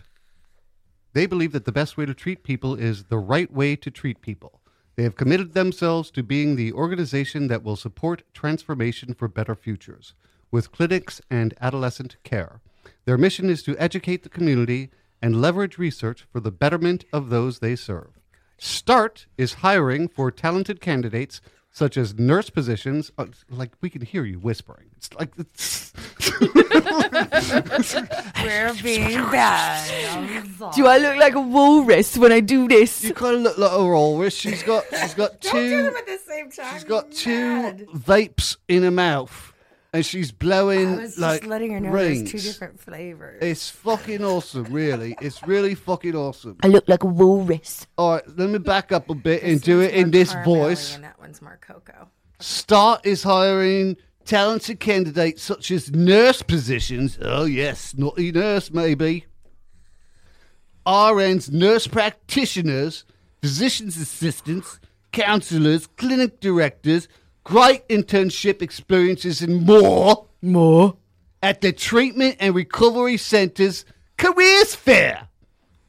They believe that the best way to treat people is the right way to treat people. They have committed themselves to being the organization that will support transformation for better futures with clinics and adolescent care. Their mission is to educate the community and leverage research for the betterment of those they serve. START is hiring for talented candidates such as nurse positions. Uh, like, we can hear you whispering. It's like, it's,
We're being bad. I'm sorry.
Do I look like a walrus when I do this?
you kind of look like a walrus. She's got, she's got
Don't do
two,
them at the same time.
she's got
Mad.
two vapes in her mouth, and she's blowing
I was
like
just letting her know there's two
rings.
different flavors.
It's fucking awesome, really. It's really fucking awesome.
I look like a walrus.
All right, let me back up a bit and
This
do
one's
it in
more
this
caramelly
voice.
And that one's more cocoa.
Start is hiring talented candidates such as nurse positions. Oh, yes, naughty nurse, maybe. RNs, nurse practitioners, physician's assistants, counselors, clinic directors, great internship experiences, and more
More.
at the Treatment and Recovery Center's Careers Fair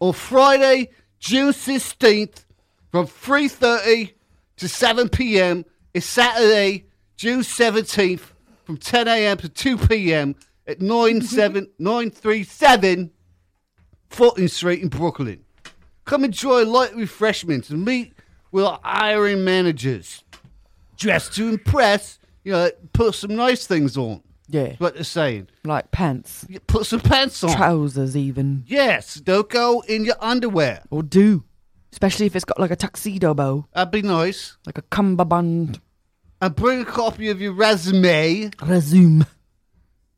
on Friday, June 16th from 3.30 to 7 p.m. It's Saturday, June 17th from 10 a.m. to 2 p.m. at 97 937 Fulton Street in Brooklyn. Come enjoy light refreshments and meet with our hiring managers. Dressed to impress, you know, put some nice things on.
Yeah.
What they're saying.
Like pants,
You put some pants on.
trousers, even.
yes, don't go in your underwear.
Or do. Especially if it's got like a tuxedo bow,
That'd be nice.
like a cummerbund.
And bring a copy of your resume
Resume.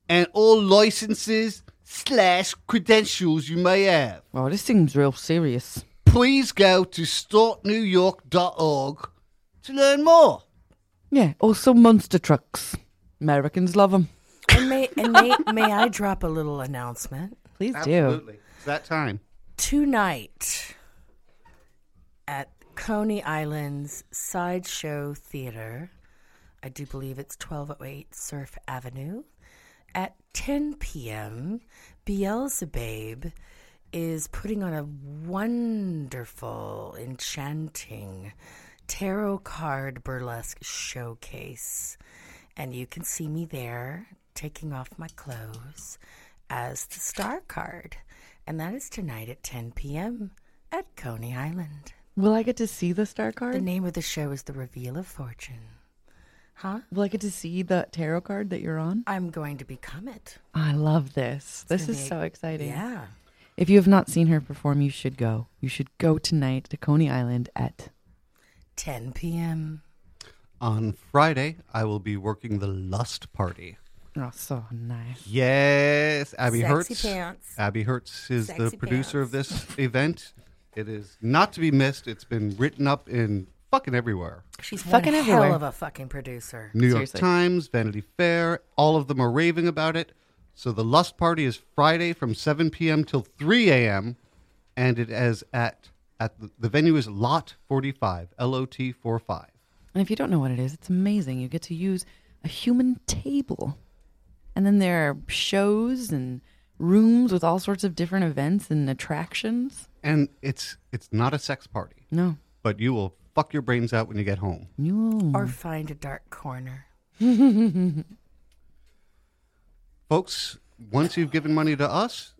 and all licenses slash credentials you may have.
Well, this seems real serious.
Please go to startnewyork.org to learn more.
Yeah, also monster trucks. Americans love them.
And may and may, may I drop a little announcement?
Please
It's that time.
Tonight at Coney Island's Sideshow Theater, I do believe it's 1208 Surf Avenue, at 10 p.m., Beelzebub is putting on a wonderful, enchanting tarot card burlesque showcase. And you can see me there taking off my clothes as the star card. And that is tonight at 10 p.m. at Coney Island.
do. Will I get to see the star card?
The name of the show is The Reveal of Fortune. Huh?
Will I get to see the tarot card that you're on?
I'm going to become it.
I love this. This
gonna
is
be-
so exciting.
Yeah.
If you have not seen her perform, you should go. You should go tonight to Coney Island at
10 p.m.
On Friday, I will be working the Lust Party.
Oh, so nice.
Yes, Abby
Sexy
Hertz.
pants.
Abby Hertz is the
Sexy
producer of this event. It is not to be missed. It's been written up in fucking everywhere.
She's
Fucking
one
everywhere.
hell of a fucking producer.
New
Seriously.
York Times, Vanity Fair, all of them are raving about it. So the Lust Party is Friday from 7 p.m. till 3 a.m. and it is at at the, the venue is Lot 45, L O T 45.
And if you don't know what it is, it's amazing. You get to use a human table. And then there are shows and rooms with all sorts of different events and attractions.
And it's it's not a sex party,
No.
but you will fuck your brains out when you get home.
You
Or find a dark corner.
folks, once you've given money to us,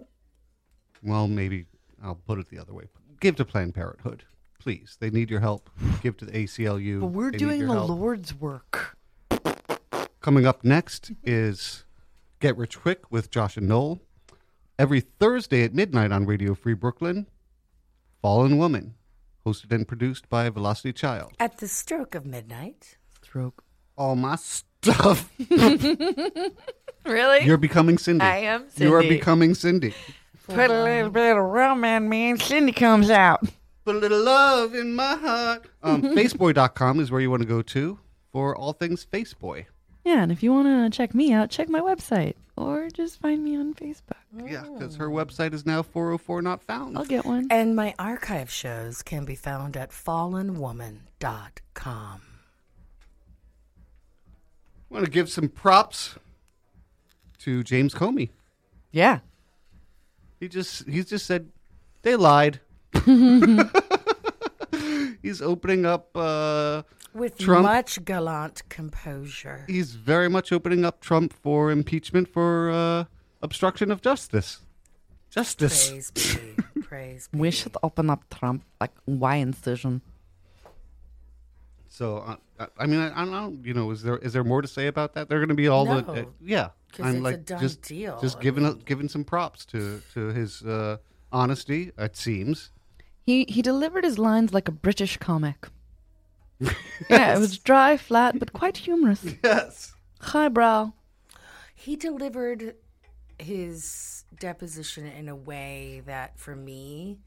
well, maybe I'll put it the other way. Give to Planned Parenthood, please. They need your help. Give to the ACLU.
But we're
They need
doing
your
the
help.
Lord's work.
Coming up next is Get Rich Quick with Josh and Noel. Every Thursday at midnight on Radio Free Brooklyn, Fallen Woman, hosted and produced by Velocity Child.
At the stroke of midnight,
Stroke.
All my stuff.
Really?
You're becoming Cindy.
I am
You are
Cindy.
becoming Cindy.
Put a little bit of rum in me and Cindy comes out.
Put a little love in my heart. Um, faceboy.com is where you want to go to for all things Faceboy.
Yeah, and if you want to check me out, check my website or just find me on Facebook.
Yeah,
Oh.
because her website is now 404 Not Found.
I'll get one.
and my archive shows can be found at fallenwoman.com.
want to give some props to James Comey.
Yeah.
He just he just said they lied. he's opening up. Uh,
With
Trump-
much gallant composure.
he's very much opening up Trump for impeachment for uh, obstruction of justice. Justice.
Praise be. Praise be.
We should open up Trump like wine station.
So uh, I- I mean, I, I don't. You know, is there is there more to say about that? They're going to be all the uh,
No.
yeah.
'Cause it's a done
just
deal.
just
I
giving up giving some props to to his uh, honesty. It seems.
He he delivered his lines like a British comic. yeah, it was dry, flat, but quite humorous.
Yes.
Highbrow.
He delivered his deposition in a way that for me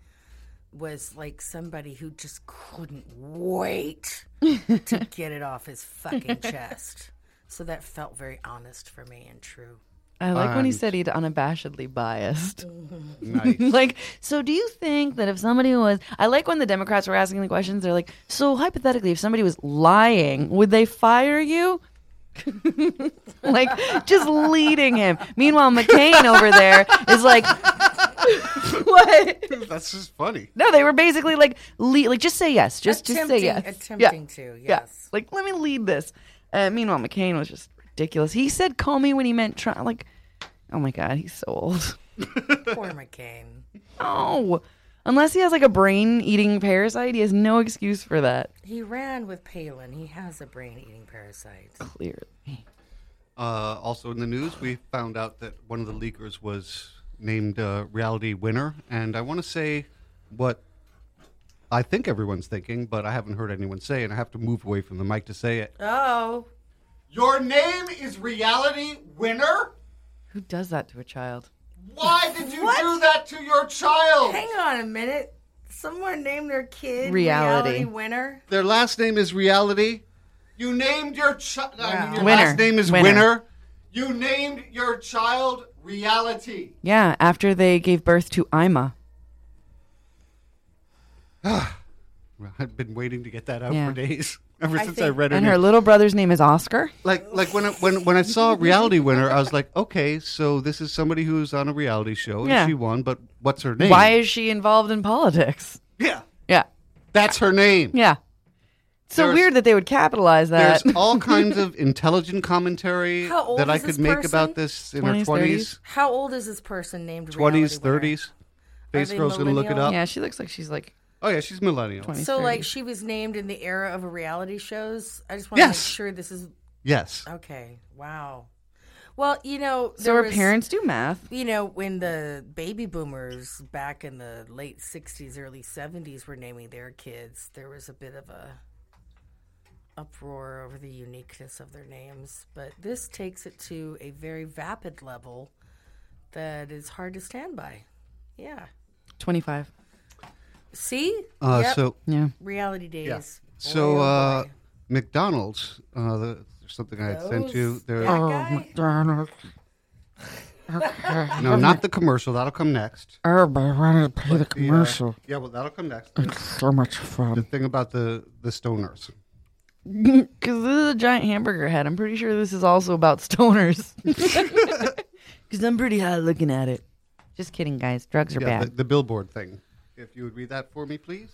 was like somebody who just couldn't wait to get it off his fucking chest. So that felt very honest for me and true.
I like when he
And-
said he'd unabashedly biased.
Nice.
like, so do you think that if somebody was, I like when the Democrats were asking the questions, they're like, so hypothetically, if somebody was lying, would they fire you? like, just leading him. Meanwhile, McCain over there is like, what?
That's just funny.
No, they were basically like, le- like just say yes, just just say
Attempting-
yes,
attempting
yeah.
to,
Yeah.
yes.
Like, let me lead this. Uh, meanwhile, McCain was just ridiculous. He said Comey when he meant Trump. Like, oh my god, he's so old.
Poor McCain.
No, unless he has like a brain-eating parasite, he has no excuse for that.
He ran with Palin. He has a brain eating parasite.
Clearly,
Uh, also in the news, we found out that one of the leakers was named uh, reality winner, and I want to say what I think everyone's thinking, but I haven't heard anyone say, and I have to move away from the mic to say it.
Oh.
Your name is reality winner.
who does that to a child?
Why did you do that to your child?
Hang on a minute. Someone named their kid
Reality.
Reality Winner.
Their last name is Reality. You named your child. I mean, your
Winner.
last name is
Winner.
winner. You named your child Reality.
Yeah, after they gave birth to Ima.
I've been waiting to get that out
Yeah.
for days. Ever since I
think-
read her,
And
name.
her little brother's name is Oscar.
like, like when I, when when I saw Reality Winner, I was like, okay, so this is somebody who's on a reality show and
Yeah.
she won, but what's her name?
Why is she involved in politics?
Yeah,
Yeah,
that's her name.
yeah. It's so
There's-
weird that they would capitalize that.
There's all kinds of intelligent commentary
How old
that I
is this
could make
person?
about this in
20s,
her twenties,
How old is this person named
twenties,
Reality Winner?
thirties. Face
they
girl's gonna look it
millennial?
up.
yeah, she looks like she's like
Oh yeah, she's millennial.
So,
30s.
like, she was named in the era of reality shows. I just want to
Yes.
make sure this is
Yes.
okay. Wow. Well, you know,
So
there
her
was-
parents do math.
You know, when the baby boomers back in the late '60s, early '70s were naming their kids, there was a bit of a uproar over the uniqueness of their names. But this takes it to a very vapid level that is hard to stand by. Yeah.
25.
See?
Uh,
Oh, Yep.
So
Yeah.
reality days.
yeah.
Boy,
So
oh
uh,
boy.
McDonald's, uh, the, there's something I had sent you.
Those-
There,
that guy?
no, not the commercial. That'll come next.
Oh, but I wanted to play the
The, uh,
commercial.
yeah, well, that'll come next.
So much
The
fun.
thing about the the stoners.
Because this is a giant hamburger head. I'm pretty sure this is also about stoners. Because I'm pretty high looking at it. Just kidding, guys. Drugs are
Yeah, the,
bad.
the billboard thing. If you would read that for me, please.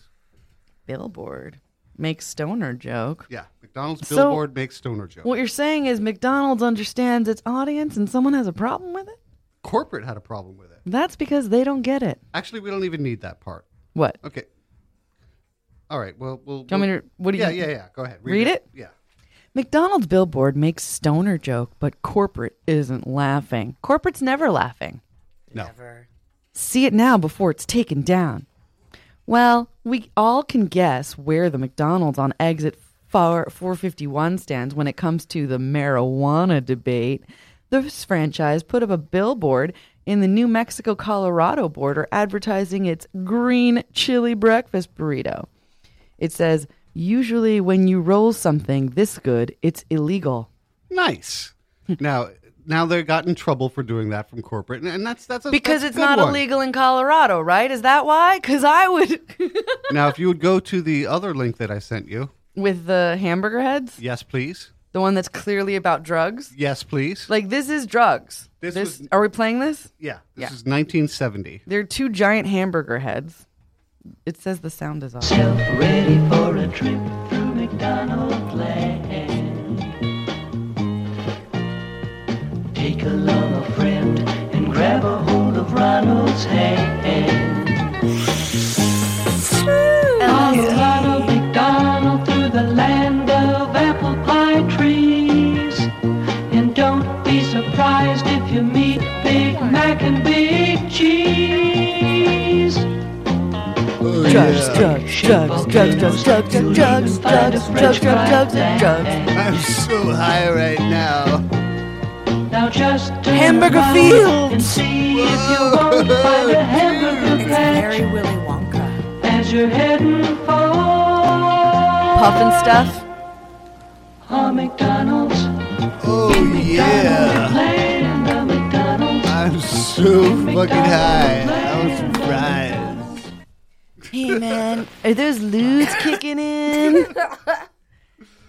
Billboard makes stoner joke.
Yeah, McDonald's
So-
billboard makes stoner joke.
What you're saying is McDonald's understands its audience and someone has a problem with it?
Corporate had a problem with it.
That's because they don't get it.
Actually, we don't even need that part.
What?
Okay. All right. Well, we'll.
Do you want me to- what do you-
Yeah, yeah, yeah. Go ahead.
Read it?
Yeah.
McDonald's billboard makes stoner joke, but corporate isn't laughing. Corporate's never laughing.
No.
Never.
See it now before it's taken down. Well, we all can guess where the McDonald's on exit 4 451 stands when it comes to the marijuana debate. This franchise put up a billboard in the New Mexico Colorado border advertising its green chili breakfast burrito. It says, Usually, when you roll something this good, it's illegal.
Nice. now, now they got in trouble for doing that from corporate, and, and that's that's a,
Because
that's a
it's
good
not
one.
illegal in Colorado, right? Is that why? Because I would.
now, if you would go to the other link that I sent you,
With the hamburger heads?
yes, please.
The one that's clearly about drugs?
Yes, please.
Like this is drugs.
This
This,
was-
are we playing this?
yeah, this
yeah.
is 1970.
There are two giant hamburger heads. It says the sound is off.
ready for a trip through McDonald's land. Take along a friend and grab a hold of Ronald's hand. On Ronald McDonald through the land of apple pie trees. And don't be surprised if you meet Big Mac and Big Cheese.
Drugs, drugs, drugs, drugs, drugs, drugs, drugs, drugs, drugs, drugs, drugs, drugs, and drugs.
I'm so high right now.
Now just turn
Hamburger
around
fields.
and see if you won't find a hamburger
It's very
patch
Willy Wonka.
as you're heading for
Puffin stuff.
a McDonald's.
Oh yeah,
Land of McDonald's.
I'm so fucking high. I'm surprised.
Hey man, are those ludes kicking in?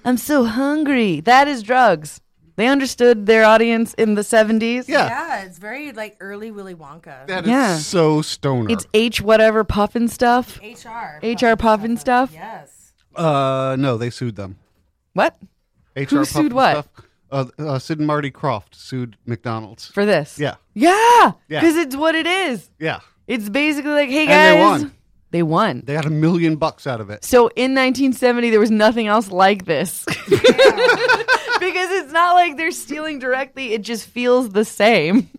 I'm so hungry. That is drugs. They understood their audience in the 70s.
Yeah,
Yeah, it's very like early Willy Wonka.
that is
Yeah.
so stoner.
It's H whatever puffin stuff.
HR.
HR Puffin stuff.
Yes.
uh, no, they sued them.
What?
HR
Who
Puff
sued
and
what?
Stuff. Uh, uh, Sid and Marty Croft sued McDonald's.
For this?
Yeah,
Yeah.
Yeah.
Because it's what it is.
yeah,
It's basically like, hey guys.
And they won.
They won.
they got a million bucks out of it.
So in 1970, there was nothing else like this. because it's not like they're stealing directly, it just feels the same.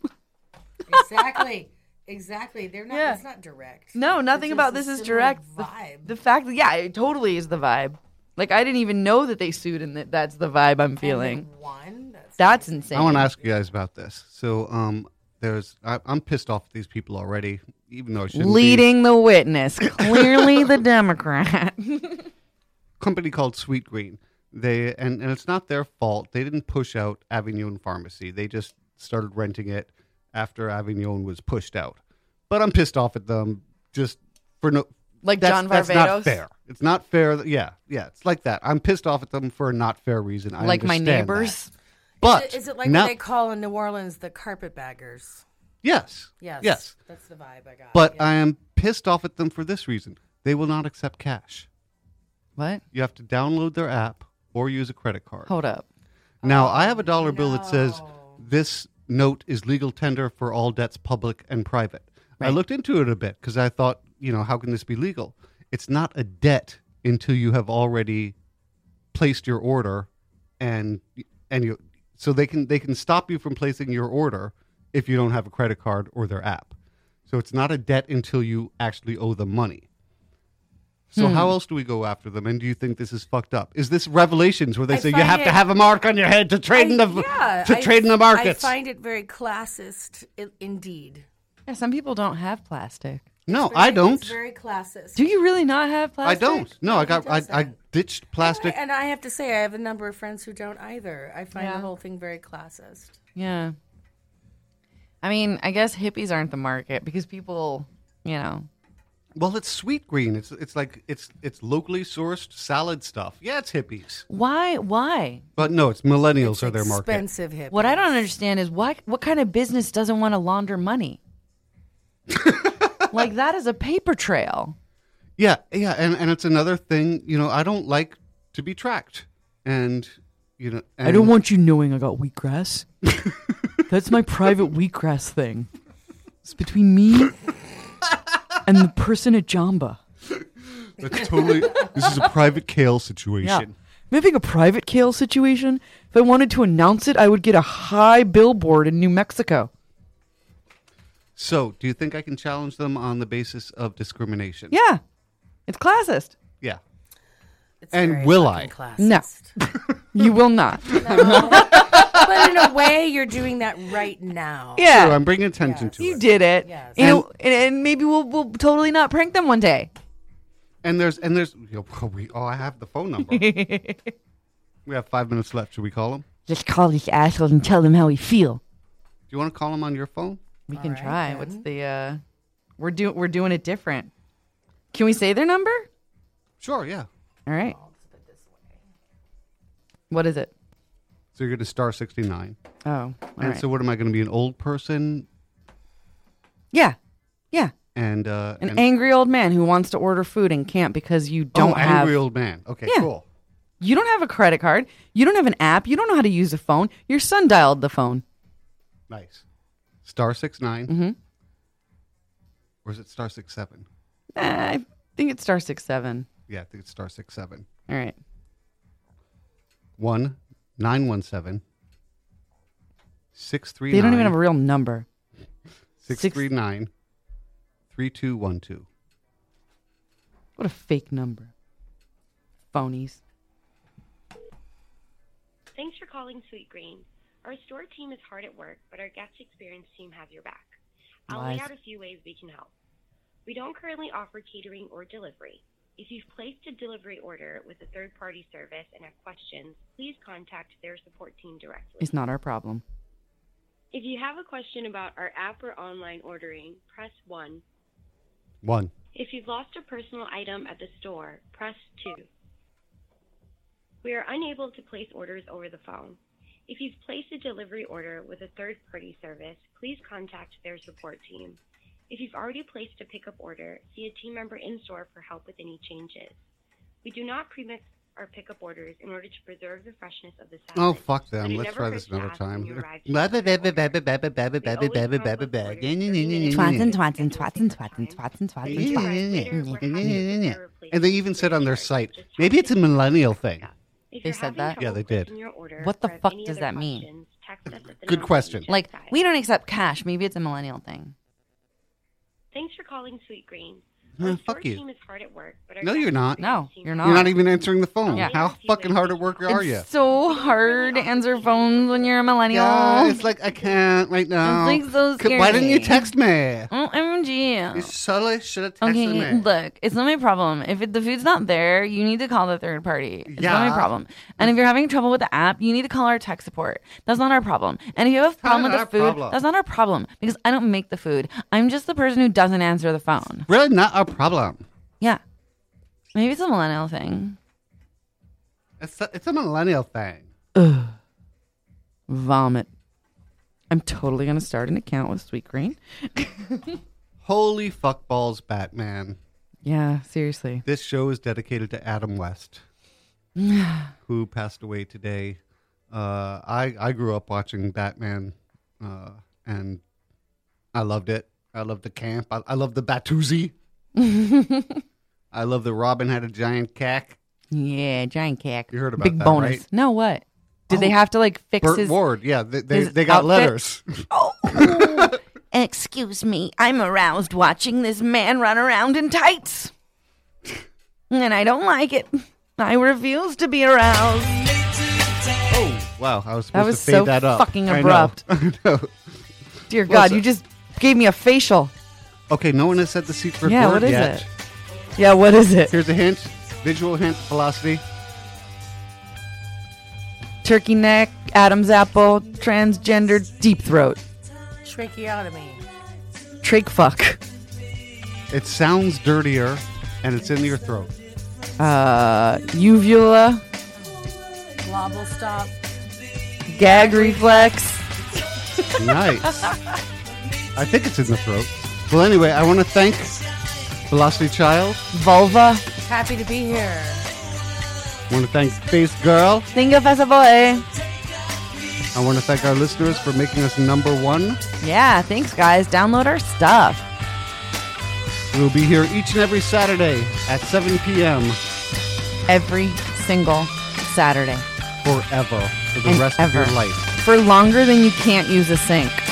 Exactly. exactly. They're not.
Yeah.
It's not direct.
No, nothing
just
about
a
this is
similar
direct. The-
vibe.
The, fact that, yeah, it totally is the vibe. Like, I didn't even know that they sued and that that's the vibe I'm feeling.
One. That's
That's insane.
I want to ask you guys about this. So, um, there's I, I'm pissed off at these people already, even though I shouldn't. be.
Leading the witness, clearly the Democrat.
company called Sweet Green. They and, and it's not their fault. They didn't push out Avignon Pharmacy. They just started renting it after Avignon was pushed out. But I'm pissed off at them just for no
Like
that's,
John
That's not
Varvatos?
fair. It's not fair. that- yeah, yeah. It's like that. I'm pissed off at them for a not fair reason. I
like my
understand that.
neighbors.
But
Is it, is it like
now-
what they call in New Orleans the carpetbaggers?
yes,
Yes.
yes.
That's the vibe I got.
But I am pissed off at them for this reason. They will not accept cash.
What?
You have to download their app or use a credit card.
Hold up.
Now, I have a dollar bill that says this note is legal tender for all debts public and private. I looked into it a bit because I thought, you know, how can this be legal? It's not a debt until you have already placed your order and and you so they can they can stop you from placing your order if you don't have a credit card or their app. So it's not a debt until you actually owe them money. So how
Hmm.
else do we go after them? And do you think this is fucked up? Is this revelations where they
I
say you
find
have to
it-
have a mark on your head to trade in the
yeah,
to
I-
trade in the markets?
I find it very classist, i- indeed.
Yeah, some people don't have plastic.
no,
Very-
I
it's
don't.
very classist.
Do you really not have
I
plastic?
don't. No, I got I,
does
I
that?
ditched plastic.
And I have to say, I have a number of friends who don't either. I find the whole thing very classist.
Yeah. I mean, I guess hippies aren't the market because people, you know.
Well, it's sweet green. It's it's like it's it's locally sourced salad stuff. Yeah, it's hippies.
Why? Why?
But no, it's millennials are their market.
Expensive hip.
What I don't understand is why. What kind of business doesn't want to launder money? like that is a paper trail.
Yeah, yeah, and, and it's another thing, you know, I don't like to be tracked. And you know and
I don't want you knowing I got wheatgrass. That's my private wheatgrass thing. It's between me and the person at Jamba.
that's totally this is a private kale situation.
I'm having a private kale situation. If I wanted to announce it, I would get a high billboard in New Mexico.
So, do you think I can challenge them on the basis of discrimination?
Yeah, it's classist.
Yeah.
It's
and
very
will
fucking
I?
Classist. No.
You
Hmm.
will not.
but in a way, you're doing that right now.
So
Yeah,
I'm bringing attention to
you
it.
did it.
Yes.
You know, and, and maybe we'll we'll totally not prank them one day.
And there's and there's you know, we oh I have the phone number. we have five minutes left. Should we call him?
Just call these assholes and tell them how we feel.
Do you want to call him on your phone?
We can try. What's the uh we're doing we're doing it different. Can we say their number?
Sure. Yeah.
All right. What is it?
So you're going to star 69.
Oh, all
and
right.
so what am I going to be? An old person
yeah, yeah.
and uh,
An
and-
angry old man who wants to order food and can't because you don't
oh,
have
angry old man. Okay,
Yeah.
cool.
you don't have a credit card, you don't have an app, you don't know how to use a phone. Your son dialed the phone.
Nice. Star six
Mm-hmm.
Or is it star six seven?
Eh, I think it's star six seven.
Yeah, I think it's star six seven.
All right.
One nine one seven. Six three
They don't even have a real number.
six
six-
three nine three two one two.
What a fake number. Phonies.
Thanks for calling Sweet Green. Our store team is hard at work, but our guest experience team has your back. I'll lay
Lies.
out a few ways we can help. We don't currently offer catering or delivery. If you've placed a delivery order with a third party service and have questions, please contact their support team directly.
It's not our problem.
If you have a question about our app or online ordering, press 1.
One.
If you've lost a personal item at the store, press 2. We are unable to place orders over the phone. If you've placed a delivery order with a third party service, please contact their support team. If you've already placed a pickup order, see a team member in store for help with any changes. We do not premix our pickup orders in order to preserve the freshness of the
Oh
salad.
fuck
but
them.
it
Let's
never
try this
hurts to
another
ask when
time.
you arrive to pick up your order.
Twats
Twats
and
and
twats.
twats.
and twats
Yeah.
And they even said on their site, maybe it's a millennial thing.
If
They
you're
said
having
that?
trouble
Yeah, they did.
placing your order
What the
or have
fuck
any
does
other
that mean?
questions, text us at the
Good
number you
question.
just
Like,
dialed.
we don't accept cash. Maybe it's a millennial thing.
Thanks for calling Sweet Green.
Huh,
Our
Uh, fuck
store
you.
team is hard at work, but our
No,
guest
you're not.
No, you're
experience team-
not.
You're not even answering the phone.
Yeah.
How fucking hard at work are you?
It's so hard to answer phones when you're a millennial.
Yeah, it's like I can't right now.
like so
C- Why didn't you
scary.
text me?
oh,
You
MG.
solely should have texted
Okay,
me.
look, it's not my problem. If it, the food's not there, you need to call the third party. It's not
Yeah.
my problem. And if you're having trouble with the app, you need to call our tech support. That's not our problem. And if you have a problem
not
with
our
the food,
problem.
that's not our problem because I don't make the food. I'm just the person who doesn't answer the phone.
Really not a problem.
Yeah. Maybe it's a millennial thing.
It's a, it's a millennial thing.
Vomit. I'm totally gonna start an account with Sweet Green.
Holy fuck balls, Batman.
Yeah, seriously.
This show is dedicated to Adam West, who passed away today. Uh, I I grew up watching Batman, uh, and I loved it. I loved the camp. I, I loved the Batuzzi. I love that Robin had a giant cack.
Yeah, giant cack.
You heard about
Big
that,
bonus.
right?
No, what? Did
Oh.
they have to like fix
Burt
his
Ward, yeah, they they,
his
they got
outfit?
letters.
Oh, excuse me. I'm aroused watching this man run around in tights. And I don't like it. I refuse to be aroused.
oh wow, I was supposed
was
to fade
so
that up.
fucking
I know.
abrupt.
I know.
Dear God,
so-
you just gave me a facial.
Okay, no one has said the secret
Yeah,
word
what is
yet.
it? Yeah, what is it?
Here's a hint, visual hint, velocity.
Turkey neck, Adam's apple, transgender, deep throat,
Tracheotomy.
trach fuck.
It sounds dirtier, and it's in your throat.
Uh, uvula,
Global stop.
gag reflex.
Nice. I think it's in the throat. Well, anyway, I want to thank Velocity Child.
vulva.
Happy to be here.
I want to thank Face Girl.
Single festival, eh?
I want to thank our listeners for making us number one.
Yeah, thanks guys. Download our stuff.
We'll be here each and every Saturday at 7 p.m.
Every single Saturday.
forever for the
And
rest of
ever.
your life.
For longer than you can't use a sink.